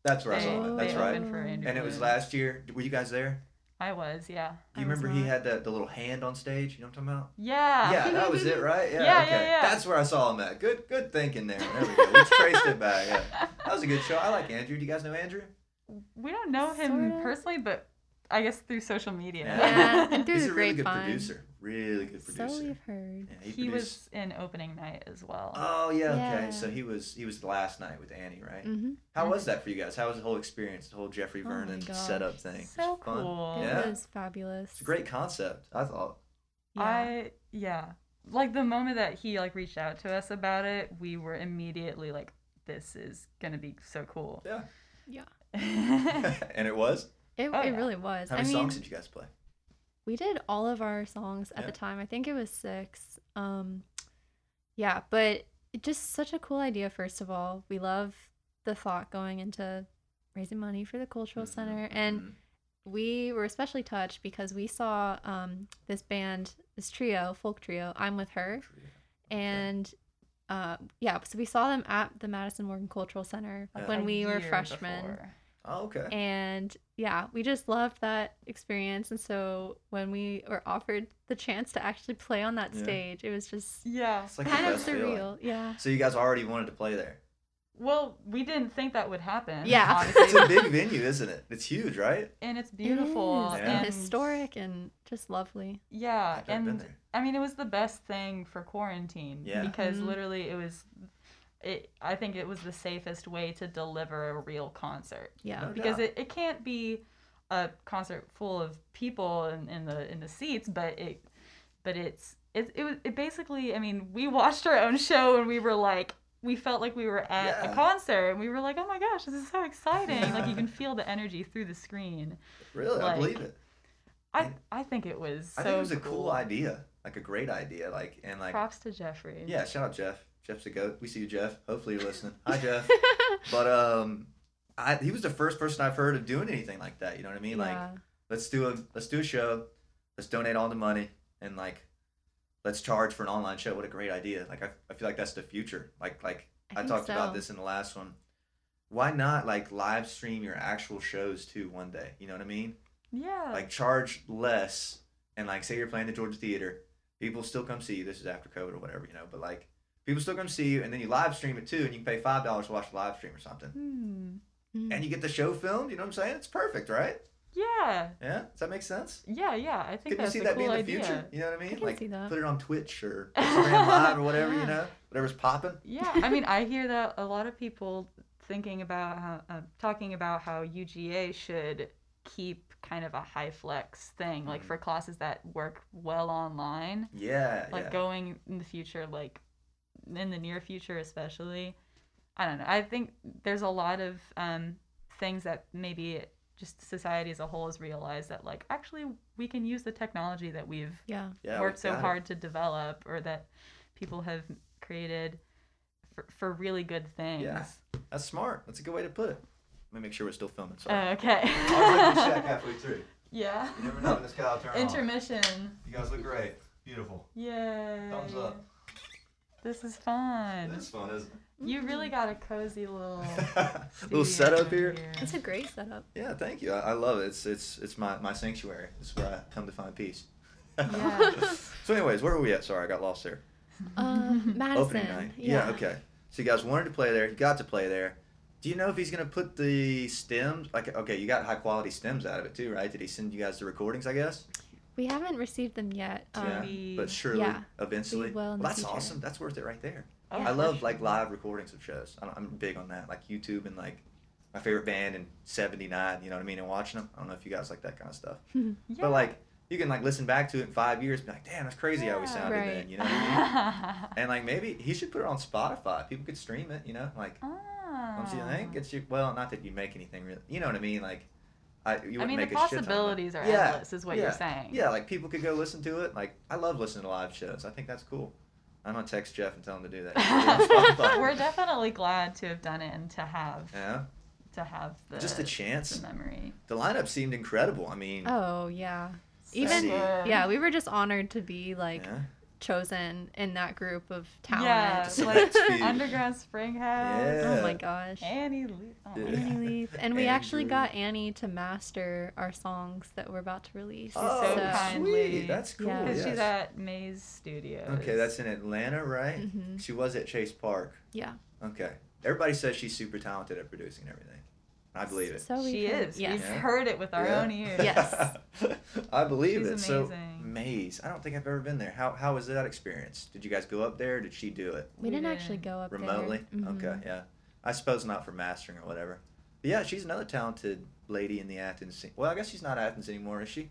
Speaker 1: That's where I
Speaker 3: they,
Speaker 1: saw them. That's
Speaker 3: they
Speaker 1: right.
Speaker 3: opened for Andrew
Speaker 1: And it was
Speaker 3: Blooms.
Speaker 1: last year. Were you guys there?
Speaker 3: I was, yeah.
Speaker 1: Do you
Speaker 2: I was
Speaker 1: remember he
Speaker 2: not.
Speaker 1: had that the little hand on stage? You know what I'm talking about?
Speaker 3: Yeah.
Speaker 1: Yeah, that was it, right? Yeah,
Speaker 3: Yeah,
Speaker 1: okay.
Speaker 3: yeah, yeah.
Speaker 1: That's where I saw him at. Good good thinking there. There we go. We traced it back. Yeah. That was a good show. I like Andrew. Do you guys know Andrew?
Speaker 3: We don't know him
Speaker 2: Sorta.
Speaker 3: personally, but I guess through social media.
Speaker 1: Yeah.
Speaker 2: yeah, and through
Speaker 1: He's
Speaker 2: the
Speaker 1: a really good
Speaker 2: grapevine.
Speaker 1: producer. Really good producer.
Speaker 2: So we've heard.
Speaker 1: Yeah, he
Speaker 3: he
Speaker 1: produced...
Speaker 3: was in opening night as well.
Speaker 1: Oh yeah,
Speaker 2: Yeah.
Speaker 1: okay. So he was he was the last night with Annie, right?
Speaker 2: hmm
Speaker 1: How was that for you guys? How was the whole experience, the whole Jeffrey
Speaker 2: Oh my
Speaker 1: Vernon
Speaker 2: gosh.
Speaker 1: setup thing?
Speaker 3: so
Speaker 1: It's fun.
Speaker 3: cool.
Speaker 2: It
Speaker 1: Yeah.
Speaker 2: was fabulous.
Speaker 1: It's a great concept, I thought.
Speaker 2: Yeah.
Speaker 3: I yeah. Like the moment that he like reached out to us about it, we were immediately like, "This is gonna be so cool."
Speaker 1: Yeah.
Speaker 2: yeah.
Speaker 1: and it was.
Speaker 2: It,
Speaker 3: Oh,
Speaker 2: it
Speaker 3: yeah.
Speaker 2: really was.
Speaker 1: How
Speaker 2: I
Speaker 1: many
Speaker 2: mean,
Speaker 1: songs did you guys play?
Speaker 2: we did all of our songs at
Speaker 1: Yeah.
Speaker 2: the time. I think it was six. Um, yeah, but it just such a cool idea. First of all, we love the thought going into raising money for the cultural
Speaker 3: Mm-hmm.
Speaker 1: Mhm,
Speaker 2: center, and
Speaker 1: mhm.
Speaker 2: we were especially touched because we saw um, this band, this trio, folk trio. I'm with
Speaker 1: Mm-hmm.
Speaker 2: her, and uh, yeah, so we saw them at the Madison Morgan Cultural Center
Speaker 1: Like
Speaker 2: when
Speaker 3: A
Speaker 2: we were
Speaker 3: year
Speaker 2: freshmen.
Speaker 3: before.
Speaker 1: Oh, okay.
Speaker 2: And yeah, we just loved that experience. And so when we were offered the chance to actually play on that
Speaker 1: Yeah.
Speaker 2: stage, it was just
Speaker 3: Yeah.
Speaker 1: it's like
Speaker 2: kind
Speaker 1: the
Speaker 2: of
Speaker 1: best feeling.
Speaker 2: surreal. Yeah.
Speaker 1: So you guys already wanted to play there.
Speaker 3: Well, we didn't think that would happen.
Speaker 2: Yeah.
Speaker 1: It's
Speaker 3: obviously,
Speaker 1: a big venue, isn't it? It's huge, right?
Speaker 3: and it's beautiful
Speaker 2: It is,
Speaker 1: Yeah.
Speaker 2: and historic and just lovely.
Speaker 3: Yeah,
Speaker 1: I've never been
Speaker 3: and
Speaker 1: there.
Speaker 3: I mean, it was the best thing for quarantine
Speaker 1: Yeah.
Speaker 3: because
Speaker 2: Mhm.
Speaker 3: literally it was. It, I think it was the safest way to deliver a real concert
Speaker 2: Yeah.
Speaker 1: No
Speaker 3: because
Speaker 1: doubt.
Speaker 3: it, it can't be a concert full of people in, in the in the seats, but it but it's it it, was, it basically I mean we watched our own show and we were like we felt like we were at
Speaker 1: Yeah.
Speaker 3: a concert and we were like oh my gosh this is so exciting like you can feel the energy through the screen.
Speaker 1: really, I
Speaker 3: like,
Speaker 1: believe it.
Speaker 3: I I think it was
Speaker 1: I
Speaker 3: so
Speaker 1: think it was a cool, idea, like a great idea, like and like
Speaker 3: Props to Jeffrey.
Speaker 1: yeah. Shout out Jeff. Jeff's a goat. We see you, Jeff. Hopefully you're listening. Hi, Jeff. But um, I he was the first person I've heard of doing anything like that. You know what I mean? Like
Speaker 2: yeah.
Speaker 1: let's do a let's do a show let's donate all the money and like let's charge for an online show what a great idea like i, I feel like that's the future like like
Speaker 2: I
Speaker 1: i,
Speaker 2: think
Speaker 1: talked about
Speaker 2: so.
Speaker 1: this in the last one why not like live stream your actual shows too one day you know what i mean
Speaker 2: Oh.
Speaker 3: Yeah.
Speaker 1: like charge less and like say you're playing the georgia theater people still come see you this is after covid or whatever you know but like people still come see you and then you live stream it too and you can pay five dollars to watch the live stream or something
Speaker 3: Hmm.
Speaker 2: Mm.
Speaker 1: and you get the show filmed you know what i'm saying it's perfect right
Speaker 3: Yeah.
Speaker 1: yeah does that make sense
Speaker 3: Yeah, yeah. I think
Speaker 1: Could you
Speaker 3: that's
Speaker 1: see
Speaker 3: a
Speaker 1: that
Speaker 3: cool
Speaker 1: being the
Speaker 3: idea.
Speaker 1: future? You know what I mean?
Speaker 2: can
Speaker 1: like
Speaker 2: see that.
Speaker 1: put it on Twitch or Instagram Live or whatever, you
Speaker 2: Yeah.
Speaker 1: know, whatever's popping.
Speaker 3: Yeah, I mean, I hear that a lot of people thinking about how, uh, talking about how UGA should keep kind of a high flex thing, like
Speaker 1: Mhm.
Speaker 3: for classes that work well online,
Speaker 1: Yeah,
Speaker 3: like
Speaker 1: yeah.
Speaker 3: going in the future, like in the near future, especially. I don't know. I think there's a lot of um, things that maybe just society as a whole has realized that, like, actually, we can use the technology that we've
Speaker 2: yeah.
Speaker 1: yeah,
Speaker 3: worked
Speaker 1: we
Speaker 3: so
Speaker 1: got it.
Speaker 3: hard to develop or that people have created for, for really good things.
Speaker 1: That's smart. That's a good way to put it. Let me make sure we're still filming. Sorry.
Speaker 3: Uh, okay.
Speaker 1: I'll take a check halfway through.
Speaker 3: yeah.
Speaker 1: You never know when this guy will turn on.
Speaker 3: Intermission.
Speaker 1: You guys look great. Beautiful.
Speaker 3: Yay.
Speaker 1: Thumbs up.
Speaker 3: This is fun.
Speaker 1: That's fun, isn't it?
Speaker 3: You really got a cozy little
Speaker 1: Little
Speaker 3: studio
Speaker 1: setup here.
Speaker 2: It's a great setup.
Speaker 1: Yeah, thank you. I, I love it. It's it's it's my, my sanctuary. It's where I come to find peace.
Speaker 3: Yeah.
Speaker 1: so anyways, where were we at? Sorry, I got lost there.
Speaker 2: Um, Madison.
Speaker 1: opening night. Yeah. okay. So you guys wanted to play there. You got to play there. Do you know if he's gonna put the stems? Like, okay, you got high quality stems out of it too, right? Did he send you guys the recordings? I guess.
Speaker 2: We haven't received them yet. Um,
Speaker 1: yeah.
Speaker 3: we-
Speaker 1: But surely,
Speaker 2: yeah,
Speaker 1: eventually.
Speaker 2: will in the
Speaker 1: that's
Speaker 2: future.
Speaker 1: awesome. That's worth it right there.
Speaker 3: Oh,
Speaker 1: I
Speaker 3: for
Speaker 1: love
Speaker 3: sure.
Speaker 1: like live recordings of shows. I don't, I'm big on that, like YouTube and like my favorite band in '79. You know what I mean? And watching them. I don't know if you guys like that kind of stuff,
Speaker 3: Yeah.
Speaker 1: but like you can like listen back to it in five years, and be like, damn, that's crazy how we
Speaker 3: Yeah.
Speaker 1: sounded
Speaker 2: Right.
Speaker 1: then. You know what I mean? And like maybe he should put it on Spotify. People could stream it. You know, like
Speaker 3: Ah.
Speaker 1: don't you think it's you? Well, not that you make anything really. You know what I mean? Like I, you wouldn't
Speaker 3: I mean,
Speaker 1: make
Speaker 3: the
Speaker 1: a shit ton of money.
Speaker 3: possibilities are
Speaker 1: Yeah,
Speaker 3: endless, is what you're saying.
Speaker 1: Yeah, like people could go listen to it. Like I love listening to live shows. I think that's cool. I'm gonna text Jeff and tell him to do that.
Speaker 3: We're definitely glad to have done it and to have
Speaker 1: Yeah,
Speaker 3: to have the
Speaker 1: just a chance.
Speaker 3: the memory.
Speaker 1: The lineup seemed incredible. I mean,
Speaker 2: Oh yeah.
Speaker 3: So
Speaker 2: Even-
Speaker 3: good.
Speaker 2: Yeah, we were just honored to be like
Speaker 1: yeah.
Speaker 2: chosen in that group of talent.
Speaker 3: Yeah,
Speaker 1: Just
Speaker 3: like
Speaker 1: let's be-
Speaker 3: Underground Springhouse,
Speaker 2: Oh
Speaker 1: Yeah.
Speaker 2: my gosh.
Speaker 3: Annie Lee. Oh my
Speaker 1: Yeah.
Speaker 3: God.
Speaker 2: Annie Leaf. And we
Speaker 1: Annie
Speaker 2: actually
Speaker 1: Drew.
Speaker 2: got Annie to master our songs that we're about to release.
Speaker 1: oh,
Speaker 3: so kind
Speaker 1: sweet.
Speaker 3: lady.
Speaker 1: That's cool.
Speaker 2: Yeah.
Speaker 3: Because
Speaker 1: Oh, yes.
Speaker 3: she's at Maze Studios.
Speaker 1: okay, that's in Atlanta, right?
Speaker 2: Mhm.
Speaker 1: She was at Chase Park.
Speaker 2: Yeah.
Speaker 1: Okay. Everybody says she's super talented at producing and everything. I believe it.
Speaker 2: So we
Speaker 3: she
Speaker 2: can-
Speaker 3: is.
Speaker 2: Yes.
Speaker 3: We've heard it with our
Speaker 1: Yeah.
Speaker 3: own ears.
Speaker 2: Yeah.
Speaker 1: I believe
Speaker 3: She's
Speaker 1: it. So
Speaker 3: amazing.
Speaker 1: Maze. I don't think I've ever been there. How how was that experience? Did you guys go up there? Did she do it?
Speaker 2: We didn't actually go up there.
Speaker 1: remotely
Speaker 2: Mhm.
Speaker 1: okay yeah i suppose not for mastering or whatever but yeah she's another talented lady in the athens scene well i guess she's not athens anymore is she do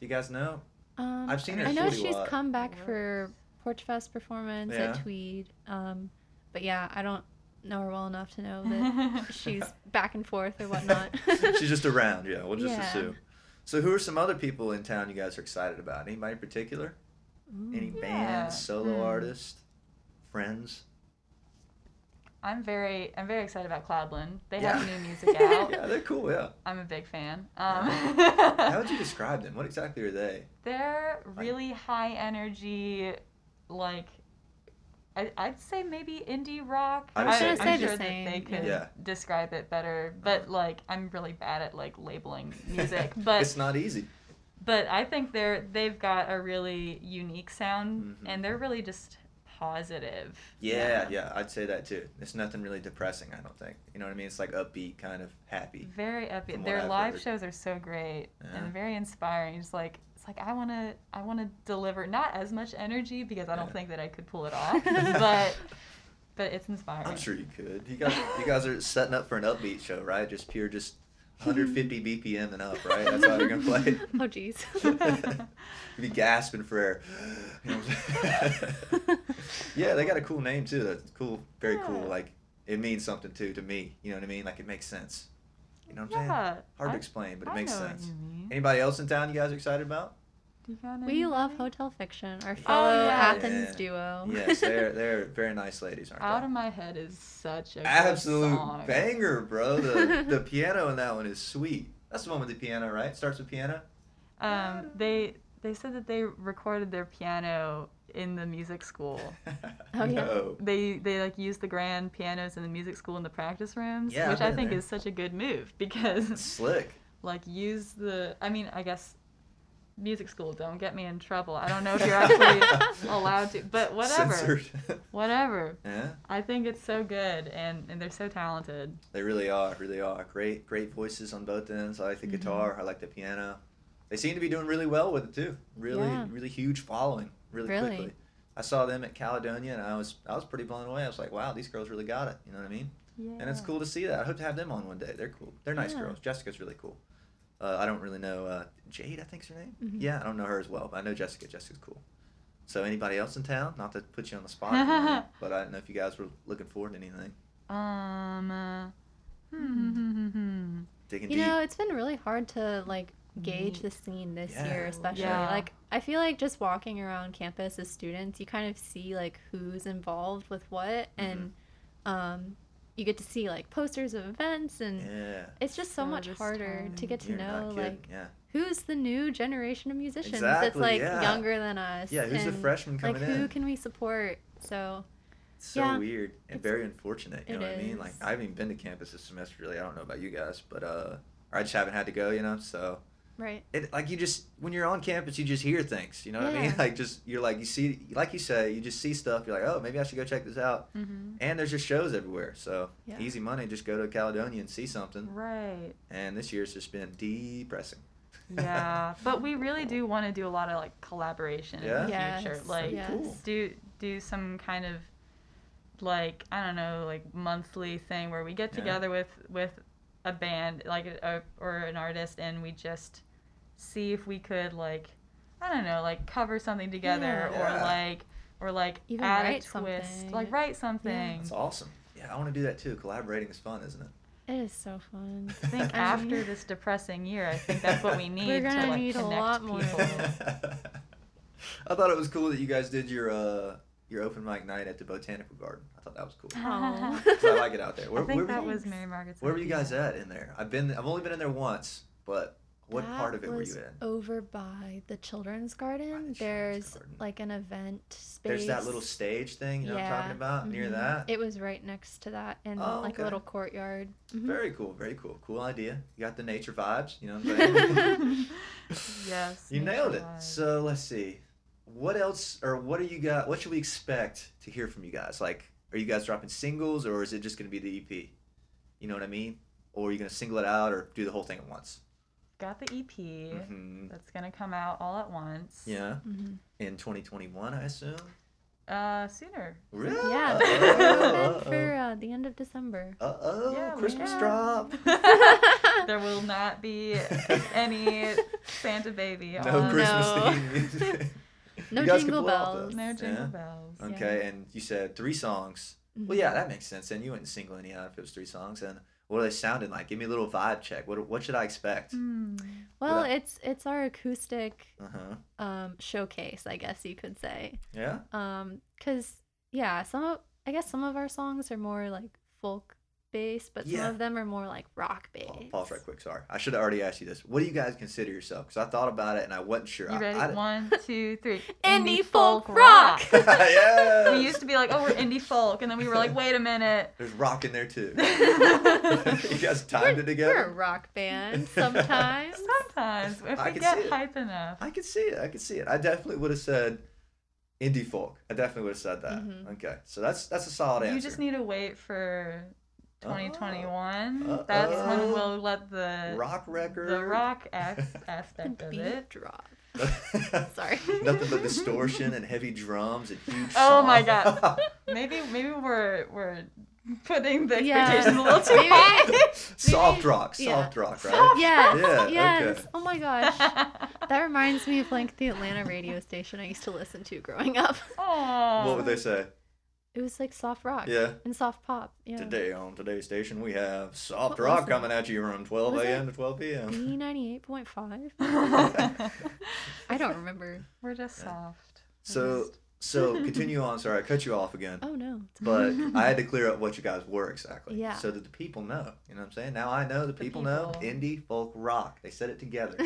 Speaker 1: you guys know
Speaker 2: Um,
Speaker 1: I've seen her
Speaker 2: I know
Speaker 1: at
Speaker 2: she's
Speaker 1: 40 Watt.
Speaker 2: come back
Speaker 3: What?
Speaker 2: for Porch Fest performance
Speaker 1: Yeah.
Speaker 2: at Tweed. Um, but yeah, I don't know her well enough to know that she's back and forth or whatnot.
Speaker 1: she's just around yeah we'll just
Speaker 2: Yeah.
Speaker 1: assume so who are some other people in town you guys are excited about anybody in particular any
Speaker 2: Ooh.
Speaker 3: Yeah.
Speaker 1: bands solo
Speaker 3: Hmm.
Speaker 1: artists friends
Speaker 3: I'm very I'm very excited about Cloudland. They have
Speaker 1: Yeah.
Speaker 3: new music out.
Speaker 1: yeah they're cool yeah
Speaker 3: I'm a big fan. Um,
Speaker 1: how would you describe them what exactly are they
Speaker 3: They're really high energy, like I, I'd say maybe indie rock.
Speaker 1: I was
Speaker 3: I-
Speaker 1: gonna
Speaker 3: I'm
Speaker 1: say the
Speaker 3: sure
Speaker 2: same,
Speaker 3: that they
Speaker 2: yeah.
Speaker 3: could
Speaker 1: Yeah.
Speaker 3: describe it better, but like I'm really bad at like labeling music. But
Speaker 1: it's not easy
Speaker 3: but I think they're they've got a really unique
Speaker 1: Mhm.
Speaker 3: sound, and they're really just positive.
Speaker 1: yeah, yeah i'd say that too it's nothing really depressing i don't think you know what i mean it's like upbeat kind of happy
Speaker 3: Very epic.
Speaker 1: From what
Speaker 3: Their
Speaker 1: I've
Speaker 3: live
Speaker 1: heard.
Speaker 3: shows are so great
Speaker 1: Yeah.
Speaker 3: and very inspiring. It's like it's like I wanna I wanna deliver not as much energy because I don't
Speaker 1: Yeah.
Speaker 3: think that I could pull it off, but but it's inspiring.
Speaker 1: I'm sure you could. You guys, you guys are setting up for an upbeat show, right? Just pure, just 150 BPM and up, right? That's how you're gonna play. it.
Speaker 2: Oh, jeez.
Speaker 1: You'd be gasping for air. You know what I'm saying? yeah, they got a cool name too. That's cool, very cool.
Speaker 3: Yeah.
Speaker 1: Like it means something too to me. You know what I mean? Like it makes sense. You know what I'm saying?
Speaker 3: yeah,
Speaker 1: Hard
Speaker 3: I-
Speaker 1: to explain, but it
Speaker 3: I
Speaker 1: makes
Speaker 3: know what
Speaker 1: sense.
Speaker 3: you mean.
Speaker 1: Anybody else in town you guys are excited about?
Speaker 3: You got
Speaker 2: we love
Speaker 3: anybody?
Speaker 2: Hotel Fiction,
Speaker 3: Oh,
Speaker 2: our fellow
Speaker 3: yeah.
Speaker 2: Athens
Speaker 1: Mm-hmm. Yeah.
Speaker 3: Oh.
Speaker 2: duo.
Speaker 1: Yes, they're they're very nice ladies, aren't
Speaker 3: Out
Speaker 1: they?
Speaker 3: of my head is such a good
Speaker 1: Absolute
Speaker 3: song.
Speaker 1: banger, bro. The the piano in that one is sweet. That's the one with the piano, right? Starts with piano.
Speaker 3: Um, they they said that they recorded their piano in the music school. Oh,
Speaker 2: yeah.
Speaker 1: No.
Speaker 3: they they like use the grand pianos in the music school in the practice rooms,
Speaker 1: Yeah,
Speaker 3: which
Speaker 1: I've
Speaker 3: I
Speaker 1: been
Speaker 3: think
Speaker 1: there.
Speaker 3: is such a good move because
Speaker 1: Slick.
Speaker 3: like use the I mean I guess music school don't get me in trouble. I don't know if you're actually allowed to, but whatever,
Speaker 1: Censored.
Speaker 3: whatever.
Speaker 1: yeah,
Speaker 3: I think it's so good and and they're so talented.
Speaker 1: they really are. Really are. Great, great voices on both ends. I like
Speaker 2: Mm-hmm.
Speaker 1: the guitar. I like the piano. They seem to be doing really well with it too. Really,
Speaker 2: Yeah.
Speaker 1: really huge following. Really,
Speaker 2: Really.
Speaker 1: quickly. I saw them at Caledonia, and I was I was pretty blown away. I was like, wow, these girls really got it. You know what I mean?
Speaker 3: Yeah.
Speaker 1: And it's cool to see that. I hope to have them on one day. They're cool. They're nice
Speaker 2: Yeah.
Speaker 1: girls. Jessica's really cool. Uh, I don't really know uh, Jade. I think's her name.
Speaker 2: Mhm.
Speaker 1: Yeah, I don't know her as well, but I know Jessica. Jessica's cool. So anybody else in town? Not to put you on the spot, or anything, but I don't know if you guys were looking forward to anything.
Speaker 3: Um. uh, hmm.
Speaker 1: Digging
Speaker 2: You
Speaker 1: deep.
Speaker 2: know, it's been really hard to like gauge the scene this year,
Speaker 1: Yeah.
Speaker 2: especially.
Speaker 3: Yeah.
Speaker 2: Like, I feel like just walking around campus as students, you kind of see like who's involved with what,
Speaker 1: Mm-hmm.
Speaker 2: and um, you get to see like posters of events, and
Speaker 1: yeah.
Speaker 2: it's just so,
Speaker 3: So
Speaker 2: much
Speaker 3: this
Speaker 2: harder to
Speaker 3: time-
Speaker 2: get to
Speaker 1: You're
Speaker 2: know
Speaker 1: not kidding.
Speaker 2: like
Speaker 1: yeah.
Speaker 2: who's the new generation of musicians that's
Speaker 1: Exactly,
Speaker 2: like
Speaker 1: yeah.
Speaker 2: younger than us.
Speaker 1: Yeah. Who's the
Speaker 2: and,
Speaker 1: freshman
Speaker 2: Like,
Speaker 1: coming
Speaker 2: who
Speaker 1: in?
Speaker 2: can we support? So
Speaker 1: It's so
Speaker 2: yeah,
Speaker 1: weird and
Speaker 2: it's-
Speaker 1: very unfortunate. You
Speaker 2: it
Speaker 1: know what I mean? Like
Speaker 2: is.
Speaker 1: I haven't even been to campus this semester. Really, I don't know about you guys, but uh, I just haven't had to go. You know, so.
Speaker 2: right,
Speaker 1: it like you just when you're on campus you just hear things you know what i mean
Speaker 2: Yeah.
Speaker 1: like just you're like you see like you say you just see stuff you're like oh maybe i should go check this out
Speaker 2: Mm-hmm.
Speaker 3: Mhm.
Speaker 1: and there's just shows everywhere so
Speaker 2: Yeah.
Speaker 1: easy money just go to caledonia and see something
Speaker 3: Right.
Speaker 1: and this year's just been depressing
Speaker 3: yeah but we really do want to do a lot of like collaboration
Speaker 1: Yeah?
Speaker 3: in the future
Speaker 2: Yes,
Speaker 3: like
Speaker 2: yes. Cool.
Speaker 3: do do some kind of like I don't know, like monthly thing where we get
Speaker 1: Yeah.
Speaker 3: together with with a band like a, or an artist and we just see if we could like I don't know, like cover something
Speaker 1: Yeah.
Speaker 3: together
Speaker 1: Yeah.
Speaker 3: or like or like
Speaker 2: Even
Speaker 3: add
Speaker 2: write
Speaker 3: a twist,
Speaker 2: something.
Speaker 3: like write something.
Speaker 1: That's awesome. Yeah, I want to do that too. Collaborating is fun, isn't it?
Speaker 2: It is so fun.
Speaker 3: I think
Speaker 2: I
Speaker 3: after
Speaker 2: mean-
Speaker 3: this depressing year, I think that's what we need
Speaker 2: gonna
Speaker 3: to like
Speaker 2: need a
Speaker 3: connect
Speaker 2: lot more of
Speaker 3: people.
Speaker 2: this.
Speaker 1: I thought it was cool that you guys did your uh, your open mic night at the Botanical Garden. I thought that was cool.
Speaker 2: Oh.
Speaker 1: 'Cause I like it out there. Where,
Speaker 3: I think
Speaker 1: where,
Speaker 3: that
Speaker 1: were, you-
Speaker 3: was Mary Margaret's.
Speaker 1: where were you
Speaker 3: idea.
Speaker 1: guys at in there? I've been. I've only been in there once, but what
Speaker 2: That
Speaker 1: part of it were
Speaker 2: was
Speaker 1: you in?
Speaker 2: Over by the children's garden.
Speaker 1: children's
Speaker 2: There's
Speaker 1: garden.
Speaker 2: like an event space.
Speaker 1: There's that little stage thing. You know what I'm talking
Speaker 2: Yeah.
Speaker 1: about? Near
Speaker 2: Mhm.
Speaker 1: that.
Speaker 2: It was right next to that in
Speaker 1: Oh,
Speaker 2: like
Speaker 1: okay.
Speaker 2: a little courtyard. Mhm.
Speaker 1: Very cool. Very cool. Cool idea. You got the nature vibes. You know what I'm saying?
Speaker 3: Yes.
Speaker 1: You nailed it.
Speaker 3: nationwide.
Speaker 1: So let's see. What else or what do you got what should we expect to hear from you guys? Like are you guys dropping singles or is it just gonna be the EP? You know what I mean? Or are you gonna single it out or do the whole thing at once?
Speaker 3: Got the EP
Speaker 1: hmm
Speaker 3: that's gonna come out all at once.
Speaker 1: Yeah.
Speaker 2: Mhm.
Speaker 1: In twenty twenty one, I assume.
Speaker 3: Uh, sooner.
Speaker 1: Really?
Speaker 2: Yeah,
Speaker 1: Uh
Speaker 2: but we're aiming for
Speaker 1: oh.
Speaker 2: uh, the end of December.
Speaker 1: Uh oh.
Speaker 3: Yeah, we
Speaker 1: Christmas
Speaker 3: can.
Speaker 1: drop.
Speaker 3: There will not be any Santa baby.
Speaker 1: No
Speaker 3: on-
Speaker 1: Christmas
Speaker 2: No.
Speaker 1: theme music.
Speaker 2: no
Speaker 1: You guys can
Speaker 2: jingle
Speaker 1: pull off
Speaker 2: bells.
Speaker 1: the-
Speaker 3: No jingle
Speaker 1: Yeah.
Speaker 3: bells.
Speaker 2: Yeah.
Speaker 1: Okay, and you said three songs. Well,
Speaker 3: Mm-hmm.
Speaker 1: yeah, that makes sense. And you wouldn't single any out if it was three songs. And what are they sounding like? Give me a little vibe check. What what should I expect?
Speaker 3: Hmm.
Speaker 2: Well,
Speaker 1: Well-
Speaker 2: it's it's our acoustic
Speaker 1: Uh huh.
Speaker 2: um, showcase, I guess you could say.
Speaker 1: Yeah.
Speaker 2: Um, cause yeah, some of I guess some of our songs are more like folk based, but some
Speaker 1: Yeah.
Speaker 2: of them are more like rock based.
Speaker 1: Pa- Pause right quick. Sorry, I should have already asked you this. What do you guys consider yourself? Because I thought about it and I wasn't sure.
Speaker 3: You
Speaker 1: I,
Speaker 3: ready?
Speaker 1: I,
Speaker 3: One, two, three.
Speaker 2: Indie folk rock.
Speaker 1: yeah.
Speaker 3: we used to be like, oh, we're indie folk, and then we were like, wait a minute.
Speaker 1: There's rock in there too. you
Speaker 3: Sometimes
Speaker 1: guys timed it
Speaker 2: We're a
Speaker 1: together.
Speaker 2: rock band sometimes.
Speaker 3: if
Speaker 1: I can
Speaker 3: we
Speaker 1: see
Speaker 3: get
Speaker 1: it.
Speaker 3: hype enough.
Speaker 1: I could see it. I could see it. I definitely would have said indie folk. I definitely would have said that.
Speaker 2: Mhm.
Speaker 1: Okay, so that's that's a solid answer.
Speaker 3: Mm-hmm. You just need to wait for 2021.
Speaker 1: Uh-oh.
Speaker 3: That's when we'll let the
Speaker 1: rock record.
Speaker 3: the rock as- aspect of
Speaker 2: Beat
Speaker 3: it.
Speaker 2: drop.
Speaker 1: Sorry.
Speaker 2: Sorry.
Speaker 1: Nothing but distortion and heavy drums and huge.
Speaker 3: Oh my
Speaker 1: songs.
Speaker 3: God. Maybe maybe we're we're putting the
Speaker 2: Yeah.
Speaker 3: expectations a little too
Speaker 2: Maybe-
Speaker 3: high.
Speaker 1: soft rock,
Speaker 2: yeah.
Speaker 1: soft rock, right?
Speaker 2: Yes.
Speaker 1: Yeah,
Speaker 2: yes.
Speaker 1: okay.
Speaker 2: Oh my gosh. That reminds me of like the Atlanta radio station I used to listen to growing up.
Speaker 3: Aw.
Speaker 1: What would they say?
Speaker 2: It was like soft rock.
Speaker 1: Yeah.
Speaker 2: And soft pop. Yeah.
Speaker 1: Today on today's station, we have soft
Speaker 2: What
Speaker 1: rock
Speaker 2: was
Speaker 1: coming at you from 12
Speaker 2: Was it-
Speaker 1: a.m. to 12 p.m.
Speaker 2: B ninety eight point five. I don't remember.
Speaker 3: we're just soft.
Speaker 1: So, so continue on. Sorry, I cut you off again.
Speaker 2: Oh no. It's-
Speaker 1: But I had to clear up what you guys were exactly.
Speaker 2: Yeah.
Speaker 1: So that the people know. You know what I'm saying? Now I know the people, know
Speaker 3: people.
Speaker 1: indie folk rock. They said it together.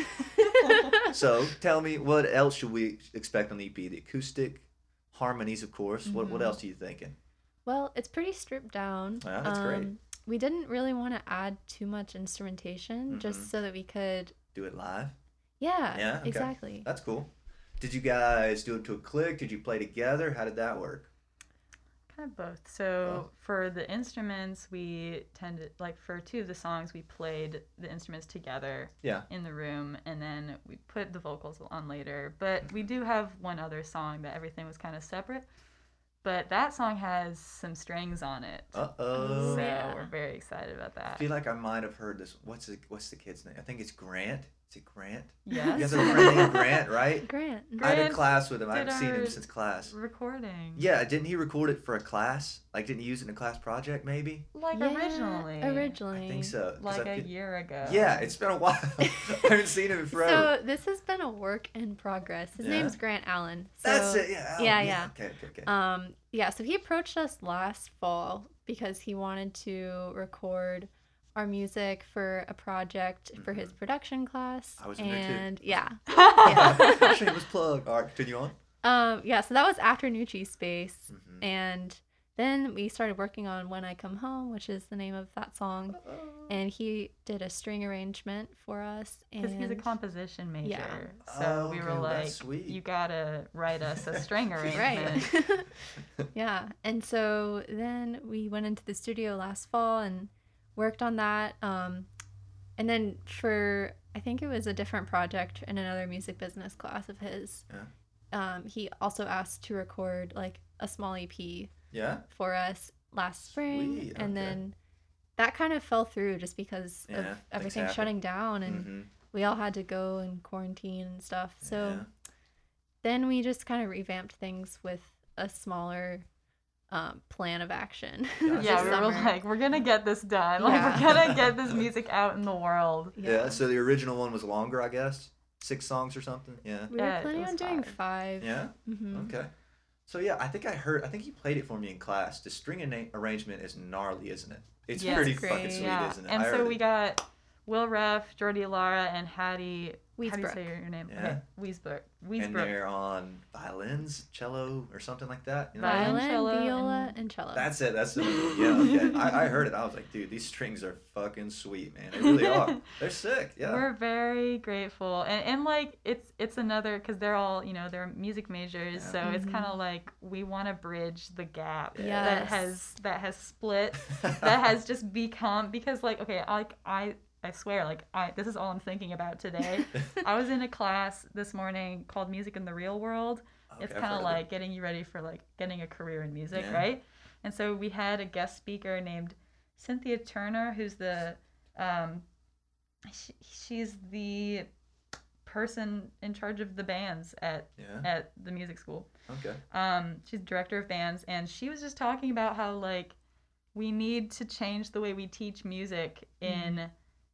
Speaker 1: so tell me, what else should we expect on the EP? The acoustic harmonies, of course. What What
Speaker 3: Mhm.
Speaker 1: else are you thinking?
Speaker 2: Well, it's pretty stripped down. Um,
Speaker 1: Yeah, Ah, that's great.
Speaker 2: We didn't really want to add too much instrumentation just so that we could
Speaker 1: Do it live.
Speaker 2: Yeah.
Speaker 1: Yeah, okay.
Speaker 2: Exactly.
Speaker 1: That's cool. Did you guys do it to a click? Did you play together? How did that work?
Speaker 3: Kind of both. So for the instruments, we tended like for two of the songs, we played the instruments together
Speaker 1: Yeah.
Speaker 3: in the room, and then we put the vocals on later. But we do have one other song that everything was kind of separate. But that song has some strings on it,
Speaker 1: Uh oh.
Speaker 3: so
Speaker 2: Yeah.
Speaker 3: we're very excited about
Speaker 1: I
Speaker 3: that.
Speaker 1: feel like I might have heard this. What's the What's the kid's name? I think it's Grant. Is it Grant? You
Speaker 3: Yes.
Speaker 1: guys have a friend named Grant, right?
Speaker 2: Grant.
Speaker 1: I had a
Speaker 3: Grant
Speaker 1: class with him. I
Speaker 3: did
Speaker 1: haven't seen him
Speaker 3: our-
Speaker 1: since class.
Speaker 3: Recording.
Speaker 1: Yeah, didn't he record it for a class? Like, didn't he use it in a class project? Maybe.
Speaker 3: Like
Speaker 2: Yeah,
Speaker 3: originally.
Speaker 2: Originally.
Speaker 1: I think so. 'cause
Speaker 3: Like
Speaker 1: I
Speaker 3: a
Speaker 1: could-
Speaker 3: year ago.
Speaker 1: Yeah, it's been a while. I haven't seen him in forever.
Speaker 2: So this has been a work in progress. His
Speaker 1: Yeah.
Speaker 2: name's Grant Allen. So,
Speaker 1: That's it. Yeah. oh,
Speaker 2: yeah, yeah.
Speaker 1: Okay. Okay. Okay.
Speaker 2: Um, yeah, so he approached us last fall because he wanted to record our music for a project for his production class.
Speaker 1: I was in
Speaker 2: and
Speaker 1: there too.
Speaker 2: yeah.
Speaker 1: I should was plugged. All right, continue on.
Speaker 2: Um, yeah, so that was after Nucci Space.
Speaker 1: Mhm.
Speaker 2: And then we started working on When I Come Home, which is the name of that song. And he did a string arrangement for us.
Speaker 3: Because he's a
Speaker 2: and-
Speaker 3: composition major.
Speaker 2: Yeah.
Speaker 3: So
Speaker 1: Oh,
Speaker 3: we
Speaker 1: okay,
Speaker 3: were
Speaker 1: well, that's
Speaker 3: like,
Speaker 1: sweet.
Speaker 3: you gotta write us a string
Speaker 2: right
Speaker 3: arrangement.
Speaker 2: yeah and so then we went into the studio last fall and worked on that um and then for i think it was a different project in another music business class of his
Speaker 1: Yeah.
Speaker 2: um he also asked to record like a small ep
Speaker 1: Yeah.
Speaker 2: for us last spring
Speaker 1: Sweet, okay.
Speaker 2: and then that kind of fell through just because
Speaker 1: Yeah,
Speaker 2: of
Speaker 1: things
Speaker 2: everything
Speaker 1: happen.
Speaker 2: shutting down and
Speaker 1: hmm
Speaker 2: we all had to go and quarantine and stuff so
Speaker 1: Yeah.
Speaker 2: then we just kind of revamped things with a smaller um, plan of action
Speaker 1: Gotcha.
Speaker 3: yeah,
Speaker 2: this
Speaker 3: we were
Speaker 2: summer.
Speaker 3: like, we're gonna get this done. Like,
Speaker 2: Yeah.
Speaker 3: we're gonna get this music out in the world.
Speaker 1: yeah. So the original one was longer, I guess, six songs or something. Yeah.
Speaker 2: we
Speaker 3: Yeah,
Speaker 2: were
Speaker 3: it
Speaker 2: planning
Speaker 3: was
Speaker 2: on doing
Speaker 3: five.
Speaker 2: 5
Speaker 1: Yeah.
Speaker 2: hmm
Speaker 3: Mm-hmm.
Speaker 1: Okay. So yeah, I think I heard. I think he played it for me in class. The string arna- arrangement is gnarly, isn't it? It's
Speaker 3: Yeah, it's
Speaker 1: pretty
Speaker 2: great.
Speaker 1: fucking sweet,
Speaker 3: yeah,
Speaker 1: isn't it?
Speaker 3: and
Speaker 1: I
Speaker 3: so
Speaker 1: heard
Speaker 3: we
Speaker 1: it.
Speaker 3: got Will Ruff, Jordy Lara, and Hattie. How do you say
Speaker 2: Weisbrook.
Speaker 3: your name?
Speaker 1: Yeah.
Speaker 3: Okay, Weisbrook.
Speaker 1: and
Speaker 3: Weisbrook.
Speaker 1: they're on violins, cello, or something like that. You know?
Speaker 3: Violin,
Speaker 2: Violin,
Speaker 3: cello,
Speaker 2: viola,
Speaker 3: and-
Speaker 2: and, cello.
Speaker 1: That's it. That's the yeah. Okay. I, I heard it. I was like, dude, these strings are fucking sweet, man. They really are. They're sick. Yeah.
Speaker 3: We're very grateful, and, and like it's it's another because they're all you know they're music majors,
Speaker 1: Yeah.
Speaker 3: so it's
Speaker 2: Mhm.
Speaker 3: kind of like we want to bridge the gap
Speaker 1: Yeah.
Speaker 3: that
Speaker 2: Yes.
Speaker 3: has that has split that has just become because like okay I- like I I swear like I this is all I'm thinking about today. I was in a class this morning called Music in the Real World. it's
Speaker 1: Okay, I've
Speaker 3: kind
Speaker 1: heard
Speaker 3: of
Speaker 1: it.
Speaker 3: like getting you ready for like getting a career in music,
Speaker 1: Yeah.
Speaker 3: right? And so we had a guest speaker named Cynthia Turner, who's the um, she, she's the person in charge of the bands at
Speaker 1: Yeah.
Speaker 3: at the music school.
Speaker 1: Okay.
Speaker 3: Um, she's director of bands, and she was just talking about how like we need to change the way we teach music in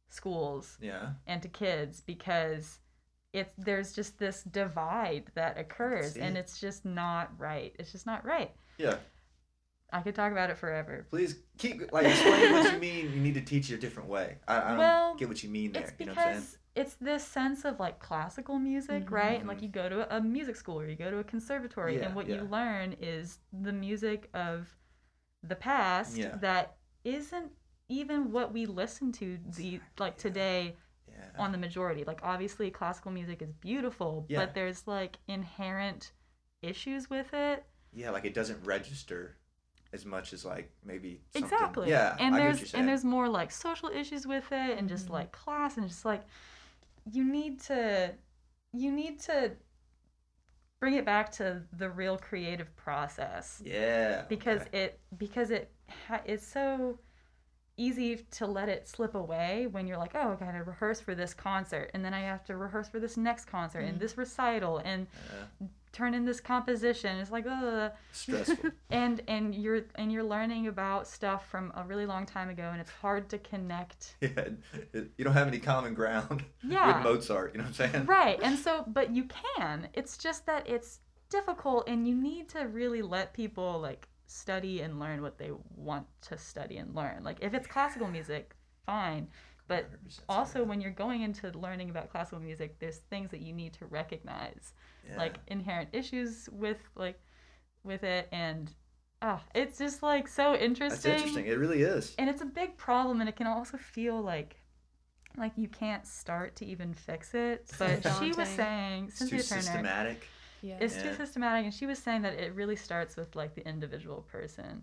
Speaker 3: schools
Speaker 1: Yeah.
Speaker 3: and to kids because it's there's just this divide that occurs, and
Speaker 1: it.
Speaker 3: it's just not right. It's just not right.
Speaker 1: Yeah.
Speaker 3: I could talk about it forever.
Speaker 1: Please keep like explain what you mean. You need to teach it a different way. I, I don't
Speaker 3: Well,
Speaker 1: get what you mean there.
Speaker 3: It's
Speaker 1: you know what I'm saying? Mm-hmm.
Speaker 3: because it's this sense of like classical music,
Speaker 2: Mhm.
Speaker 3: right? And like you go to a music school or you go to a conservatory,
Speaker 1: Yeah,
Speaker 3: and what
Speaker 1: yeah.
Speaker 3: you learn is the music of the past
Speaker 1: Yeah.
Speaker 3: that isn't even what we listen to the like
Speaker 1: Exactly, yeah.
Speaker 3: today
Speaker 1: Yeah.
Speaker 3: on the majority. Like obviously classical music is beautiful,
Speaker 1: Yeah.
Speaker 3: but there's like inherent issues with it.
Speaker 1: Yeah, like it doesn't register as much as like maybe something.
Speaker 3: Exactly.
Speaker 1: Yeah, I
Speaker 3: And
Speaker 1: get what
Speaker 3: there's
Speaker 1: you're saying.
Speaker 3: and there's more like social issues with it and just
Speaker 2: Mhm.
Speaker 3: like class and just like you need to you need to bring it back to the real creative process
Speaker 1: yeah
Speaker 3: because
Speaker 1: okay.
Speaker 3: it because it ha- it's so easy to let it slip away when you're like oh I gotta rehearse for this concert and then I have to rehearse for this next concert and
Speaker 2: Mhm.
Speaker 3: this recital and
Speaker 1: Yeah.
Speaker 3: turn in this composition it's like ugh
Speaker 1: stressful.
Speaker 3: and and you're and you're learning about stuff from a really long time ago and it's hard to connect
Speaker 1: yeah, it- you don't have any common ground
Speaker 3: yeah
Speaker 1: with Mozart. You know what I'm saying?
Speaker 3: right and so but you can it's just that it's difficult and you need to really let people like study and learn what they want to study and learn like if it's classical music fine but
Speaker 1: 100%
Speaker 3: also when you're going into learning about classical music there's things that you need to recognize
Speaker 1: yeah.
Speaker 3: like inherent issues with like with it and ah it's just like so
Speaker 1: that's interesting. It really is.
Speaker 3: and it's a big problem and it can also feel like like you can't start to even fix it but
Speaker 2: so
Speaker 3: she was
Speaker 2: daunting.
Speaker 3: saying
Speaker 1: It's too
Speaker 3: cynthia turner
Speaker 1: systematic.
Speaker 2: yeah.
Speaker 3: it's too
Speaker 1: Yeah.
Speaker 3: systematic and she was saying that it really starts with like the individual person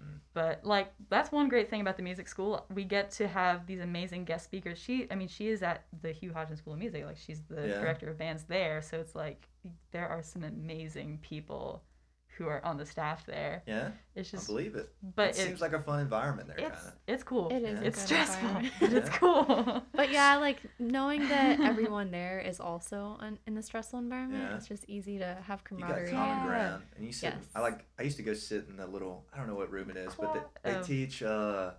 Speaker 1: Mhm.
Speaker 3: but like that's one great thing about the music school we get to have these amazing guest speakers she i mean she is at the hugh hodgson school of music like she's the
Speaker 1: Yeah.
Speaker 3: director of bands there so it's like there are some amazing people who are on the staff there
Speaker 1: Yeah,
Speaker 3: it's
Speaker 1: I
Speaker 3: just
Speaker 1: believe it.
Speaker 3: but
Speaker 1: it seems like a fun environment there, kind
Speaker 3: it's
Speaker 1: of.
Speaker 3: it's cool.
Speaker 2: It is a
Speaker 3: It's
Speaker 2: good
Speaker 3: stressful,
Speaker 2: environment.
Speaker 3: but it's
Speaker 1: Yeah.
Speaker 3: cool.
Speaker 2: But yeah, like knowing that everyone there is also on, in the stressful environment,
Speaker 1: Yeah.
Speaker 2: it's just easy to have
Speaker 1: You got
Speaker 2: camaraderie.
Speaker 1: common
Speaker 3: Yeah.
Speaker 1: ground, and you sit.
Speaker 2: Yes.
Speaker 1: I like. I used to go sit in the little. I don't know what room it is, but they, they
Speaker 3: Quad- oh.
Speaker 1: teach. uh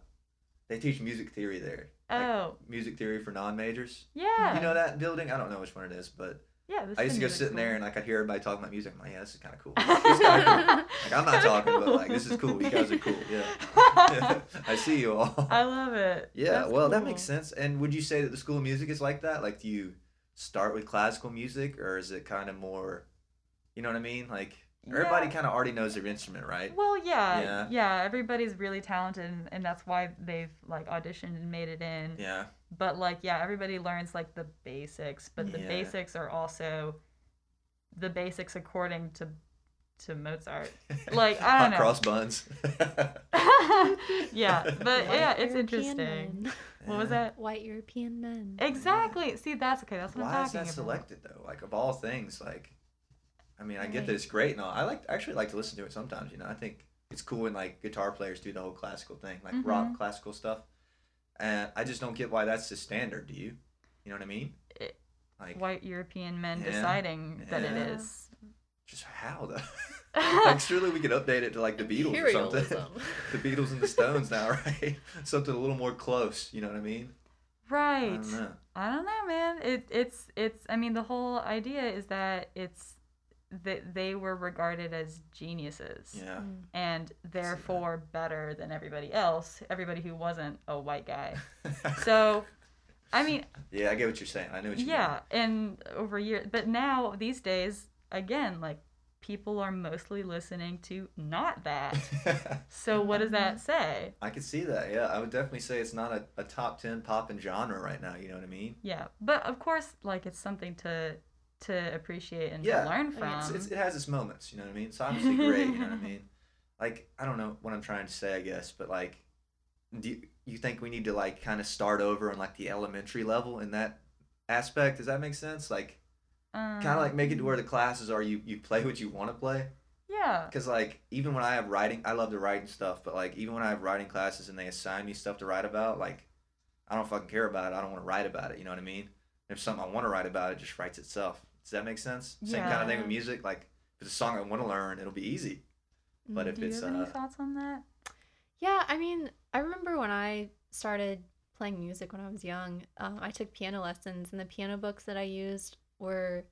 Speaker 1: They teach music theory there. Like,
Speaker 3: Oh
Speaker 1: music theory for non-majors.
Speaker 3: yeah.
Speaker 1: You know that building? I don't know which one it is, but
Speaker 3: yeah. This
Speaker 1: I used
Speaker 3: is
Speaker 1: to go
Speaker 3: really
Speaker 1: sit in there
Speaker 3: cool.
Speaker 1: and like I'd hear everybody talking about music. I'm like, yeah, this is kind of cool. This is kinda cool. Like I'm not
Speaker 3: Kinda
Speaker 1: talking, but like this is cool. You guys are cool. Yeah. I see you all.
Speaker 3: I love it.
Speaker 1: yeah.
Speaker 3: That's
Speaker 1: well, that
Speaker 3: cool.
Speaker 1: makes sense. And would you say that the school of music is like that? Like, do you start with classical music, or is it kind of more? You know what I mean? Like everybody
Speaker 3: Yeah.
Speaker 1: kind of already knows their instrument, right?
Speaker 3: Well, yeah,
Speaker 1: Yeah.
Speaker 3: yeah, Everybody's really talented, and, and that's why they've like auditioned and made it in.
Speaker 1: Yeah.
Speaker 3: But like, yeah, everybody learns like the basics, but the
Speaker 1: Yeah.
Speaker 3: basics are also the basics according to to Mozart. Like, I
Speaker 1: Hot
Speaker 3: don't know.
Speaker 1: cross buns.
Speaker 3: yeah, but
Speaker 2: White
Speaker 3: Uh, yeah, it's
Speaker 2: European
Speaker 3: interesting.
Speaker 2: men.
Speaker 3: What was that?
Speaker 2: White European men.
Speaker 3: Exactly. See, that's okay. That's what
Speaker 1: Why
Speaker 3: I'm
Speaker 1: is
Speaker 3: talking
Speaker 1: that
Speaker 3: about.
Speaker 1: selected though? Like of all things, like I mean, I get
Speaker 2: Right.
Speaker 1: that it's great and all. I like I actually like to listen to it sometimes. You know, I think it's cool when like guitar players do the whole classical thing, like
Speaker 3: Mm-hmm.
Speaker 1: rock classical stuff. And I just don't get why that's the standard. Do you? You know what I mean?
Speaker 3: It-
Speaker 1: Like
Speaker 3: White European men
Speaker 1: Yeah.
Speaker 3: deciding that it
Speaker 1: Yeah.
Speaker 3: is.
Speaker 1: just how though? like surely we could update it to like the Beatles or something.
Speaker 4: Imperialism.
Speaker 1: the Beatles and the Stones now, right? something a little more close. You know what I mean? I
Speaker 3: Right.
Speaker 1: don't know.
Speaker 3: I don't know, man. It it's it's. I mean, the whole idea is that it's that they were regarded as geniuses
Speaker 1: Yeah.
Speaker 2: Mm.
Speaker 3: and therefore better than everybody else. Everybody who wasn't a white guy.
Speaker 1: yeah,
Speaker 3: So, I mean,
Speaker 1: I get what you're saying. I know what you mean.
Speaker 3: yeah, and over years, but now these days, again, like people are mostly listening to not that. So what does
Speaker 1: Mm-hmm.
Speaker 3: that say?
Speaker 1: I could see that. Yeah, I would definitely say it's not a, a top ten poppin' genre right now. You know what I mean?
Speaker 3: Yeah, but of course, like it's something to to appreciate and
Speaker 1: Yeah,
Speaker 3: to learn
Speaker 4: I mean,
Speaker 3: from.
Speaker 1: It's, it's, it has its moments. You know what I mean? It's obviously great. You know what I mean? Like I don't know what I'm trying to say. I guess, but like, do you, you think we need to like kind of start over on like the elementary level in that aspect? Does that make sense? Like,
Speaker 3: um,
Speaker 1: kind of like make it to where the classes are. You you play what you want to play.
Speaker 3: yeah.
Speaker 1: Because, like, even when I have writing, I love to write and stuff, but, like, even when I have writing classes and they assign me stuff to write about, like, I don't fucking care about it. I don't want to write about it. You know what I mean? If something I want to write about, it just writes itself. Does that make sense? Same kind of thing with
Speaker 4: Yeah.
Speaker 1: music. Like, if it's a song I want to learn, it'll be easy. But if
Speaker 3: Do you
Speaker 1: it's,
Speaker 3: have any
Speaker 1: uh,
Speaker 3: thoughts on that?
Speaker 2: mm. Yeah, I mean, I remember when I started playing music when I was young, um, I took piano lessons, and the piano books that I used were,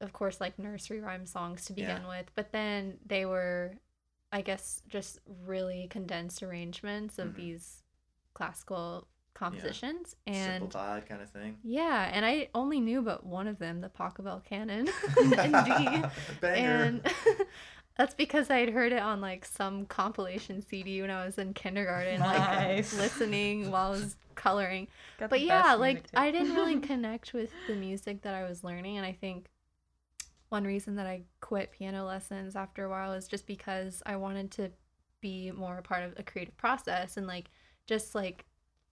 Speaker 2: of course, like nursery rhyme songs to
Speaker 1: Yeah.
Speaker 2: begin with, but then they were, I guess, just really condensed arrangements of
Speaker 1: Mhm.
Speaker 2: these classical compositions. And
Speaker 1: simplified kind of thing.
Speaker 2: yeah, and I only knew but one of them, the Pachelbel canon in D
Speaker 1: Banger.
Speaker 2: and that's because I'd heard it on like some compilation CD when I was in kindergarten, like
Speaker 3: Nice.
Speaker 2: listening while I was coloring.
Speaker 3: Got
Speaker 2: But
Speaker 3: the
Speaker 2: yeah,
Speaker 3: best
Speaker 2: like
Speaker 3: music
Speaker 2: I
Speaker 3: taste.
Speaker 2: didn't really connect with the music that I was learning, and I think one reason that I quit piano lessons after a while is just because I wanted to be more a part of a creative process and like just like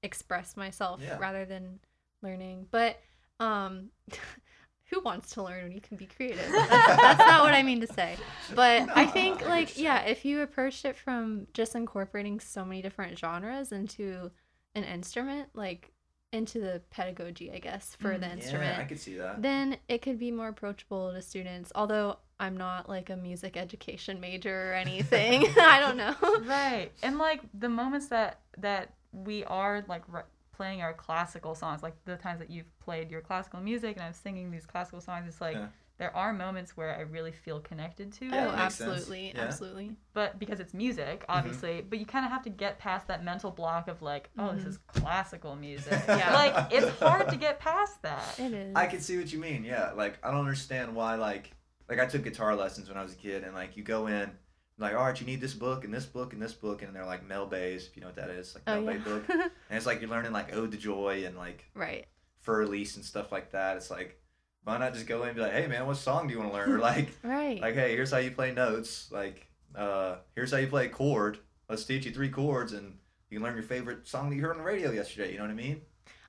Speaker 2: express myself
Speaker 1: Yeah.
Speaker 2: rather than learning. But um who wants to learn when you can be creative? That's, that's not what I mean to say. But I
Speaker 1: No,
Speaker 2: think
Speaker 1: I
Speaker 2: like yeah,
Speaker 1: understand.
Speaker 2: if you approached it from just incorporating so many different genres into an instrument, like into the pedagogy, I guess, for the
Speaker 3: Mm,
Speaker 2: instrument
Speaker 1: Yeah, I could see that.
Speaker 2: then it could be more approachable to students. Although I'm not like a music education major or anything. I don't know.
Speaker 3: right and like the moments that that we are like ri- playing our classical songs like the times that you've played your classical music and i'm singing these classical songs it's like
Speaker 1: Yeah.
Speaker 3: there are moments where i really feel connected to
Speaker 1: Yeah, Mm-hmm. it
Speaker 2: oh,
Speaker 3: it
Speaker 1: makes sense.
Speaker 2: absolutely,
Speaker 1: Yeah.
Speaker 2: absolutely.
Speaker 3: but because it's music obviously but you kind of have to get past that mental block of like oh this
Speaker 2: Mhm.
Speaker 3: is classical music
Speaker 1: Yeah.
Speaker 3: like it's hard to get past that
Speaker 2: It is.
Speaker 1: I can see what you mean. Yeah, like I don't understand why like like I took guitar lessons when I was a kid, and like you go in like all right, you need this book and this book and this book, and they're like Mel Bay's, if you know what that is, like
Speaker 2: Oh,
Speaker 1: Mel Bay
Speaker 2: yeah.
Speaker 1: book, and it's like you're learning like Ode to Joy and like
Speaker 2: right.
Speaker 1: Fur Lease and stuff like that. It's like why not just go in and be like, hey man, what song do you want to learn? Or like
Speaker 2: Right.
Speaker 1: like hey, here's how you play notes. Like uh here's how you play a chord. Let's teach you three chords and. You can learn your favorite song that you heard on the radio yesterday. You know what I mean?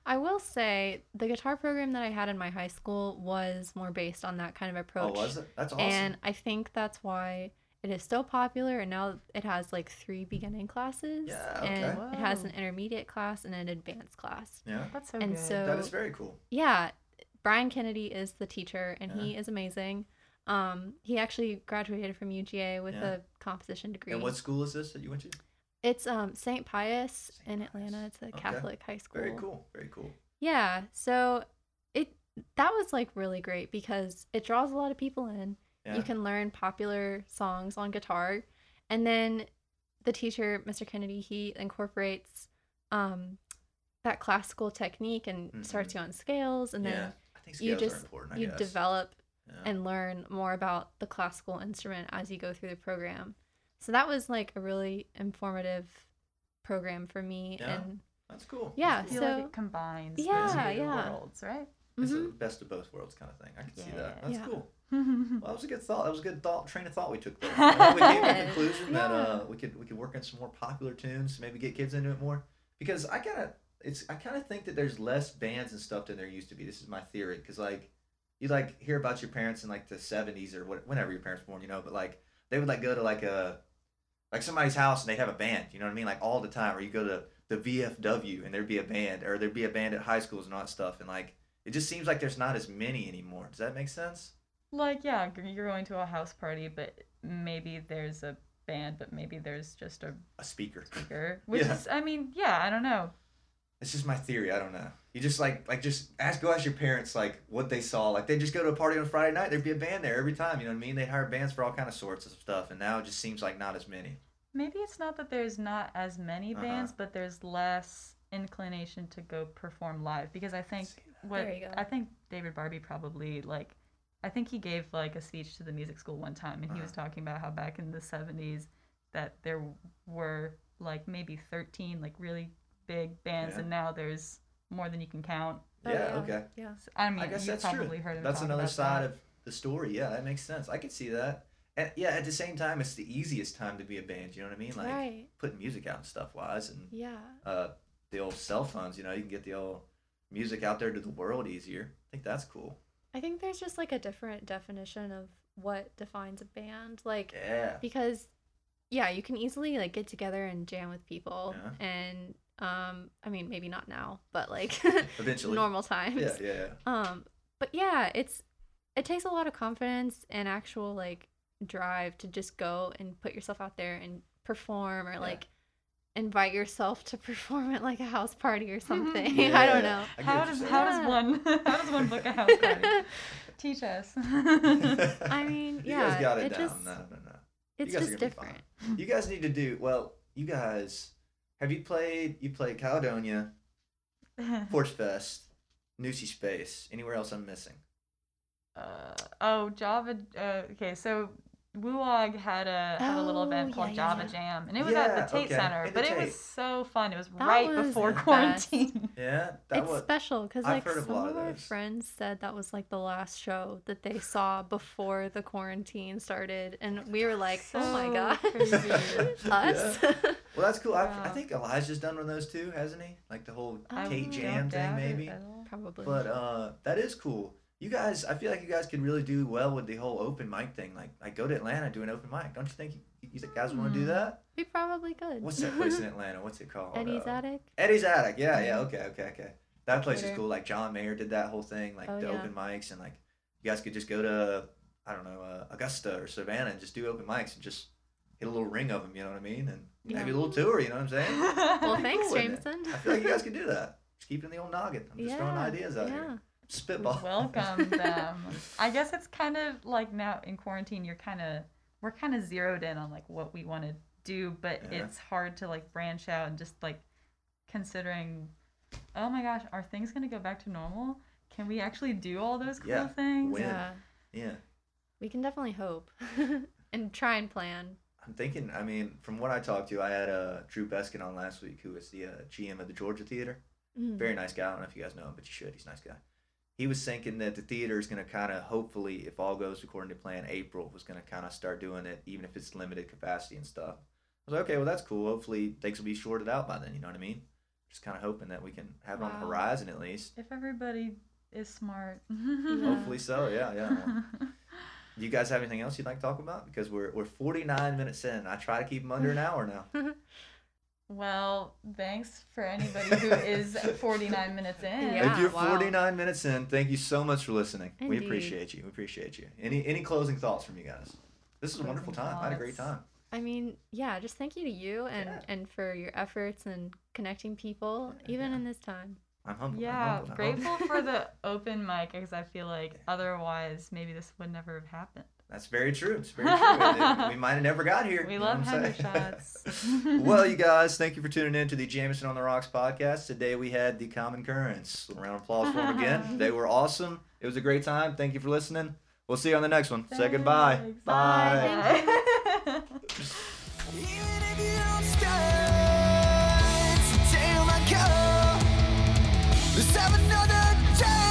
Speaker 2: I will say the guitar program that I had in my high school was more based on that kind of approach.
Speaker 1: Oh, was it? That's awesome.
Speaker 2: And I think that's why it is so popular and now it has like three beginning classes
Speaker 1: Yeah, okay.
Speaker 2: and it has an
Speaker 3: Wow.
Speaker 2: intermediate class and an advanced class.
Speaker 1: yeah,
Speaker 3: that's so
Speaker 2: And
Speaker 3: good
Speaker 2: so-
Speaker 1: that is very cool.
Speaker 2: yeah brian kennedy is the teacher and he is amazing um he actually graduated from uga with
Speaker 1: Yeah.
Speaker 2: a composition degree
Speaker 1: And what school is this that you went to?
Speaker 2: it's um st pius
Speaker 1: St. Pius.
Speaker 2: in atlanta it's a
Speaker 1: Okay.
Speaker 2: catholic high school
Speaker 1: Very cool. Very cool.
Speaker 2: yeah so it that was like really great because it draws a lot of people in
Speaker 1: Yeah.
Speaker 2: you can learn popular songs on guitar and then the teacher mr kennedy he incorporates um that classical technique and
Speaker 1: Mhm.
Speaker 2: starts you on scales and then
Speaker 1: yeah. I think scales
Speaker 2: you
Speaker 1: are
Speaker 2: just-
Speaker 1: important. I
Speaker 2: you
Speaker 1: guess.
Speaker 2: develop
Speaker 1: Yeah.
Speaker 2: and learn more about the classical instrument as you go through the program. So that was like a really informative program for me.
Speaker 1: Yeah.
Speaker 2: And
Speaker 1: That's cool.
Speaker 2: yeah,
Speaker 3: I
Speaker 1: That's
Speaker 3: feel
Speaker 1: cool.
Speaker 2: so-
Speaker 3: like it combines
Speaker 2: Yeah,
Speaker 3: the two
Speaker 2: yeah.
Speaker 3: worlds right
Speaker 1: it's the
Speaker 2: Mhm.
Speaker 1: best of both worlds kind of thing. I can see that.
Speaker 3: Yeah.
Speaker 1: That's
Speaker 2: Yeah.
Speaker 1: cool. Well, that was a good thought. That was a good thought train of thought we took there. I think we came to the
Speaker 2: Yes,
Speaker 1: conclusion that
Speaker 2: yeah.
Speaker 1: uh, we could we could work on some more popular tunes, maybe get kids into it more. Because I kind of it's I kind of think that there's less bands and stuff than there used to be. This is my theory. Because like you like hear about your parents in like the 70s or what, whenever your parents were born, you know, but like they would like go to like a like somebody's house and they'd have a band. You know what I mean? Like all the time. Or you go to the VFW and there'd be a band, or there'd be a band at high schools and all that stuff. And like it just seems like there's not as many anymore. Does that make sense?
Speaker 3: Like, yeah, g- you're going to a house party, but maybe there's a band, but maybe there's just a
Speaker 1: A speaker.
Speaker 3: speaker. Which
Speaker 1: Yeah.
Speaker 3: is, I mean, yeah, I don't know.
Speaker 1: It's just my theory. I don't know. You just like like just ask go ask your parents like what they saw. Like they just go to a party on Friday night. There'd be a band there every time. You know what I mean? They hire bands for all kind of sorts of stuff, and now it just seems like not as many.
Speaker 3: Maybe it's not that there's not as many
Speaker 1: Uh-huh.
Speaker 3: bands, but there's less inclination to go perform live because I think
Speaker 1: See
Speaker 3: what
Speaker 2: There you go.
Speaker 3: I think David Barbie probably like I think he gave like a speech to the music school one time and he was
Speaker 1: Uh-huh.
Speaker 3: talking about how back in the 70s that there were like maybe 13 like really big bands
Speaker 1: Yeah.
Speaker 3: and now there's more than you can count.
Speaker 2: Oh,
Speaker 1: yeah, Okay.
Speaker 2: Yeah.
Speaker 3: So, I mean,
Speaker 1: I guess
Speaker 3: you
Speaker 1: that's true.
Speaker 3: probably heard him
Speaker 1: That's
Speaker 3: talk
Speaker 1: another
Speaker 3: about
Speaker 1: side
Speaker 3: that.
Speaker 1: of the story. Yeah, that makes sense. I could see that. And yeah, at the same time, it's the easiest time to be a band. You know what I mean? Like
Speaker 2: right.
Speaker 1: putting music out and stuff wise, and
Speaker 2: Yeah.
Speaker 1: uh, the old cell phones. You know, you can get the old music out there to the world easier. I think that's cool.
Speaker 2: I think there's just like a different definition of what defines a band. Like
Speaker 1: Yeah.
Speaker 2: because yeah, you can easily like get together and jam with people
Speaker 1: Yeah.
Speaker 2: and um I mean maybe not now, but like
Speaker 1: Eventually.
Speaker 2: normal times.
Speaker 1: Yeah, yeah, yeah.
Speaker 2: Um but yeah, it's it takes a lot of confidence and actual like drive to just go and put yourself out there and perform or like invite yourself to perform at like a house party or something. I don't know.
Speaker 1: I get
Speaker 3: how
Speaker 1: what
Speaker 3: does
Speaker 1: you're
Speaker 3: how does
Speaker 2: Yeah.
Speaker 3: one how does one book a house party? Teach us.
Speaker 1: saying.
Speaker 2: I mean,
Speaker 1: you
Speaker 2: yeah,
Speaker 1: guys got it,
Speaker 2: it
Speaker 1: down.
Speaker 2: just-
Speaker 1: No, no, no.
Speaker 2: It's
Speaker 1: guys are
Speaker 2: just
Speaker 1: gonna be fine.
Speaker 2: different.
Speaker 1: You guys need to do well. You guys, have you played? You played Caledonia, Porch Fest, Noosie Space. Anywhere else I'm missing?
Speaker 3: uh, oh, Java. Uh, okay, so WUOG had a had a little event
Speaker 2: Oh,
Speaker 3: called
Speaker 2: yeah, yeah,
Speaker 3: Java
Speaker 2: yeah.
Speaker 3: Jam, and it was at the
Speaker 1: Yeah,
Speaker 3: Tate
Speaker 1: okay,
Speaker 3: Center,
Speaker 1: in the
Speaker 3: but it
Speaker 1: Tate.
Speaker 3: was so fun. It was
Speaker 2: That
Speaker 3: right
Speaker 2: was
Speaker 3: before
Speaker 1: the
Speaker 2: best.
Speaker 3: quarantine.
Speaker 1: Yeah, that
Speaker 2: it's
Speaker 1: was.
Speaker 2: special because
Speaker 1: I've
Speaker 2: like
Speaker 1: heard of a
Speaker 2: some
Speaker 1: lot
Speaker 2: of
Speaker 1: of
Speaker 2: our
Speaker 1: those.
Speaker 2: friends said that was like the last show that they saw before the quarantine started, and we were like, "Oh my
Speaker 3: So
Speaker 2: god,
Speaker 3: crazy.
Speaker 2: us!"
Speaker 1: Well, that's cool. I, I
Speaker 3: Wow.
Speaker 1: think Elijah's done one of those too, hasn't he? Like the whole
Speaker 2: I
Speaker 1: Tate
Speaker 2: don't
Speaker 1: Jam thing,
Speaker 3: doubt it
Speaker 1: maybe.
Speaker 3: at all.
Speaker 2: Probably.
Speaker 1: But uh, that is cool. You guys, I feel like you guys could really do well with the whole open mic thing. Like, like go to Atlanta, do an open mic. Don't you think you, you guys want to do
Speaker 2: Mm-hmm.
Speaker 3: Hmm.
Speaker 1: that?
Speaker 2: we probably could.
Speaker 1: What's that place in Atlanta? What's it called?
Speaker 2: Eddie's
Speaker 1: Uh,
Speaker 2: attic.
Speaker 1: Eddie's Attic. Yeah, yeah. Okay, okay, okay. That place is
Speaker 2: Cater.
Speaker 1: cool. Like John Mayer did that whole thing, like
Speaker 2: Oh,
Speaker 1: the
Speaker 2: yeah.
Speaker 1: open mics, and like you guys could just go to I don't know uh, Augusta or Savannah and just do open mics and just hit a little ring of them. You know what I mean? And
Speaker 2: Yeah.
Speaker 1: maybe a little tour. You know what I'm saying?
Speaker 2: Well,
Speaker 1: be
Speaker 2: thanks,
Speaker 1: cool, wouldn't it?
Speaker 2: Jameson.
Speaker 1: I feel like you guys could do that. Just keep it in the old noggin. I'm just throwing
Speaker 2: Yeah,
Speaker 1: ideas out here. Spitball.
Speaker 3: Welcome them. I guess it's kind of like now in quarantine, you're kind of we're kind of zeroed in on like what we want to do, but
Speaker 1: Yeah.
Speaker 3: it's hard to like branch out and just like considering, oh my gosh, are things gonna go back to normal? Can we actually do all those cool
Speaker 1: Yeah.
Speaker 3: things?
Speaker 1: When-
Speaker 2: yeah,
Speaker 1: yeah.
Speaker 2: we can definitely hope and try and plan.
Speaker 1: I'm thinking. I mean, from what I talked to, I had uh, Drew Beskin on last week, who is the uh, GM of the Georgia Theater.
Speaker 2: Mm.
Speaker 1: Very nice guy. I don't know if you guys know him, but you should. He's a nice guy. He was thinking that the theater is going to kind of, hopefully, if all goes according to plan, April was going to kind of start doing it, even if it's limited capacity and stuff. I was like, okay, well, that's cool. Hopefully, things will be shorted out by then. You know what I mean? Just kind of hoping that we can have it on the
Speaker 2: Wow.
Speaker 1: horizon at least.
Speaker 3: If everybody is smart.
Speaker 2: Yeah.
Speaker 1: Hopefully so. Yeah, yeah. Well, Do you guys have anything else you'd like to talk about? Because we're we're 49 minutes in. I try to keep them under an hour now.
Speaker 3: well, thanks for anybody who is 49 minutes in.
Speaker 2: Yeah.
Speaker 1: if you're
Speaker 2: wow.
Speaker 1: 49 minutes in, thank you so much for listening. We
Speaker 2: Indeed.
Speaker 1: appreciate you. We appreciate you. Any any closing thoughts from you guys? This is a wonderful
Speaker 3: Closing
Speaker 1: time. I had a great
Speaker 3: thoughts.
Speaker 1: time.
Speaker 2: I mean, yeah, just thank you to you and
Speaker 1: Yeah.
Speaker 2: and for your efforts and connecting people,
Speaker 1: Yeah,
Speaker 2: even
Speaker 1: yeah.
Speaker 2: in this time.
Speaker 1: I'm humbled. I'm humbled.
Speaker 3: Yeah,
Speaker 1: I'm humbled.
Speaker 3: grateful for the open mic because I feel like otherwise maybe this would never have happened.
Speaker 1: That's very true. It's very true. we might have never got here.
Speaker 3: We
Speaker 1: you know
Speaker 3: love
Speaker 1: what I'm saying?
Speaker 3: headshots.
Speaker 1: well, you guys, thank you for tuning in to the Jamison on the Rocks podcast. Today we had the Common Currents. A round of applause for them again. they were awesome. It was a great time. Thank you for listening. We'll see you on the next one. Say goodbye.
Speaker 3: Thanks.
Speaker 1: Bye.
Speaker 3: Thank you.
Speaker 4: Even if you don't stay, it's a tale I go. Let's have another day.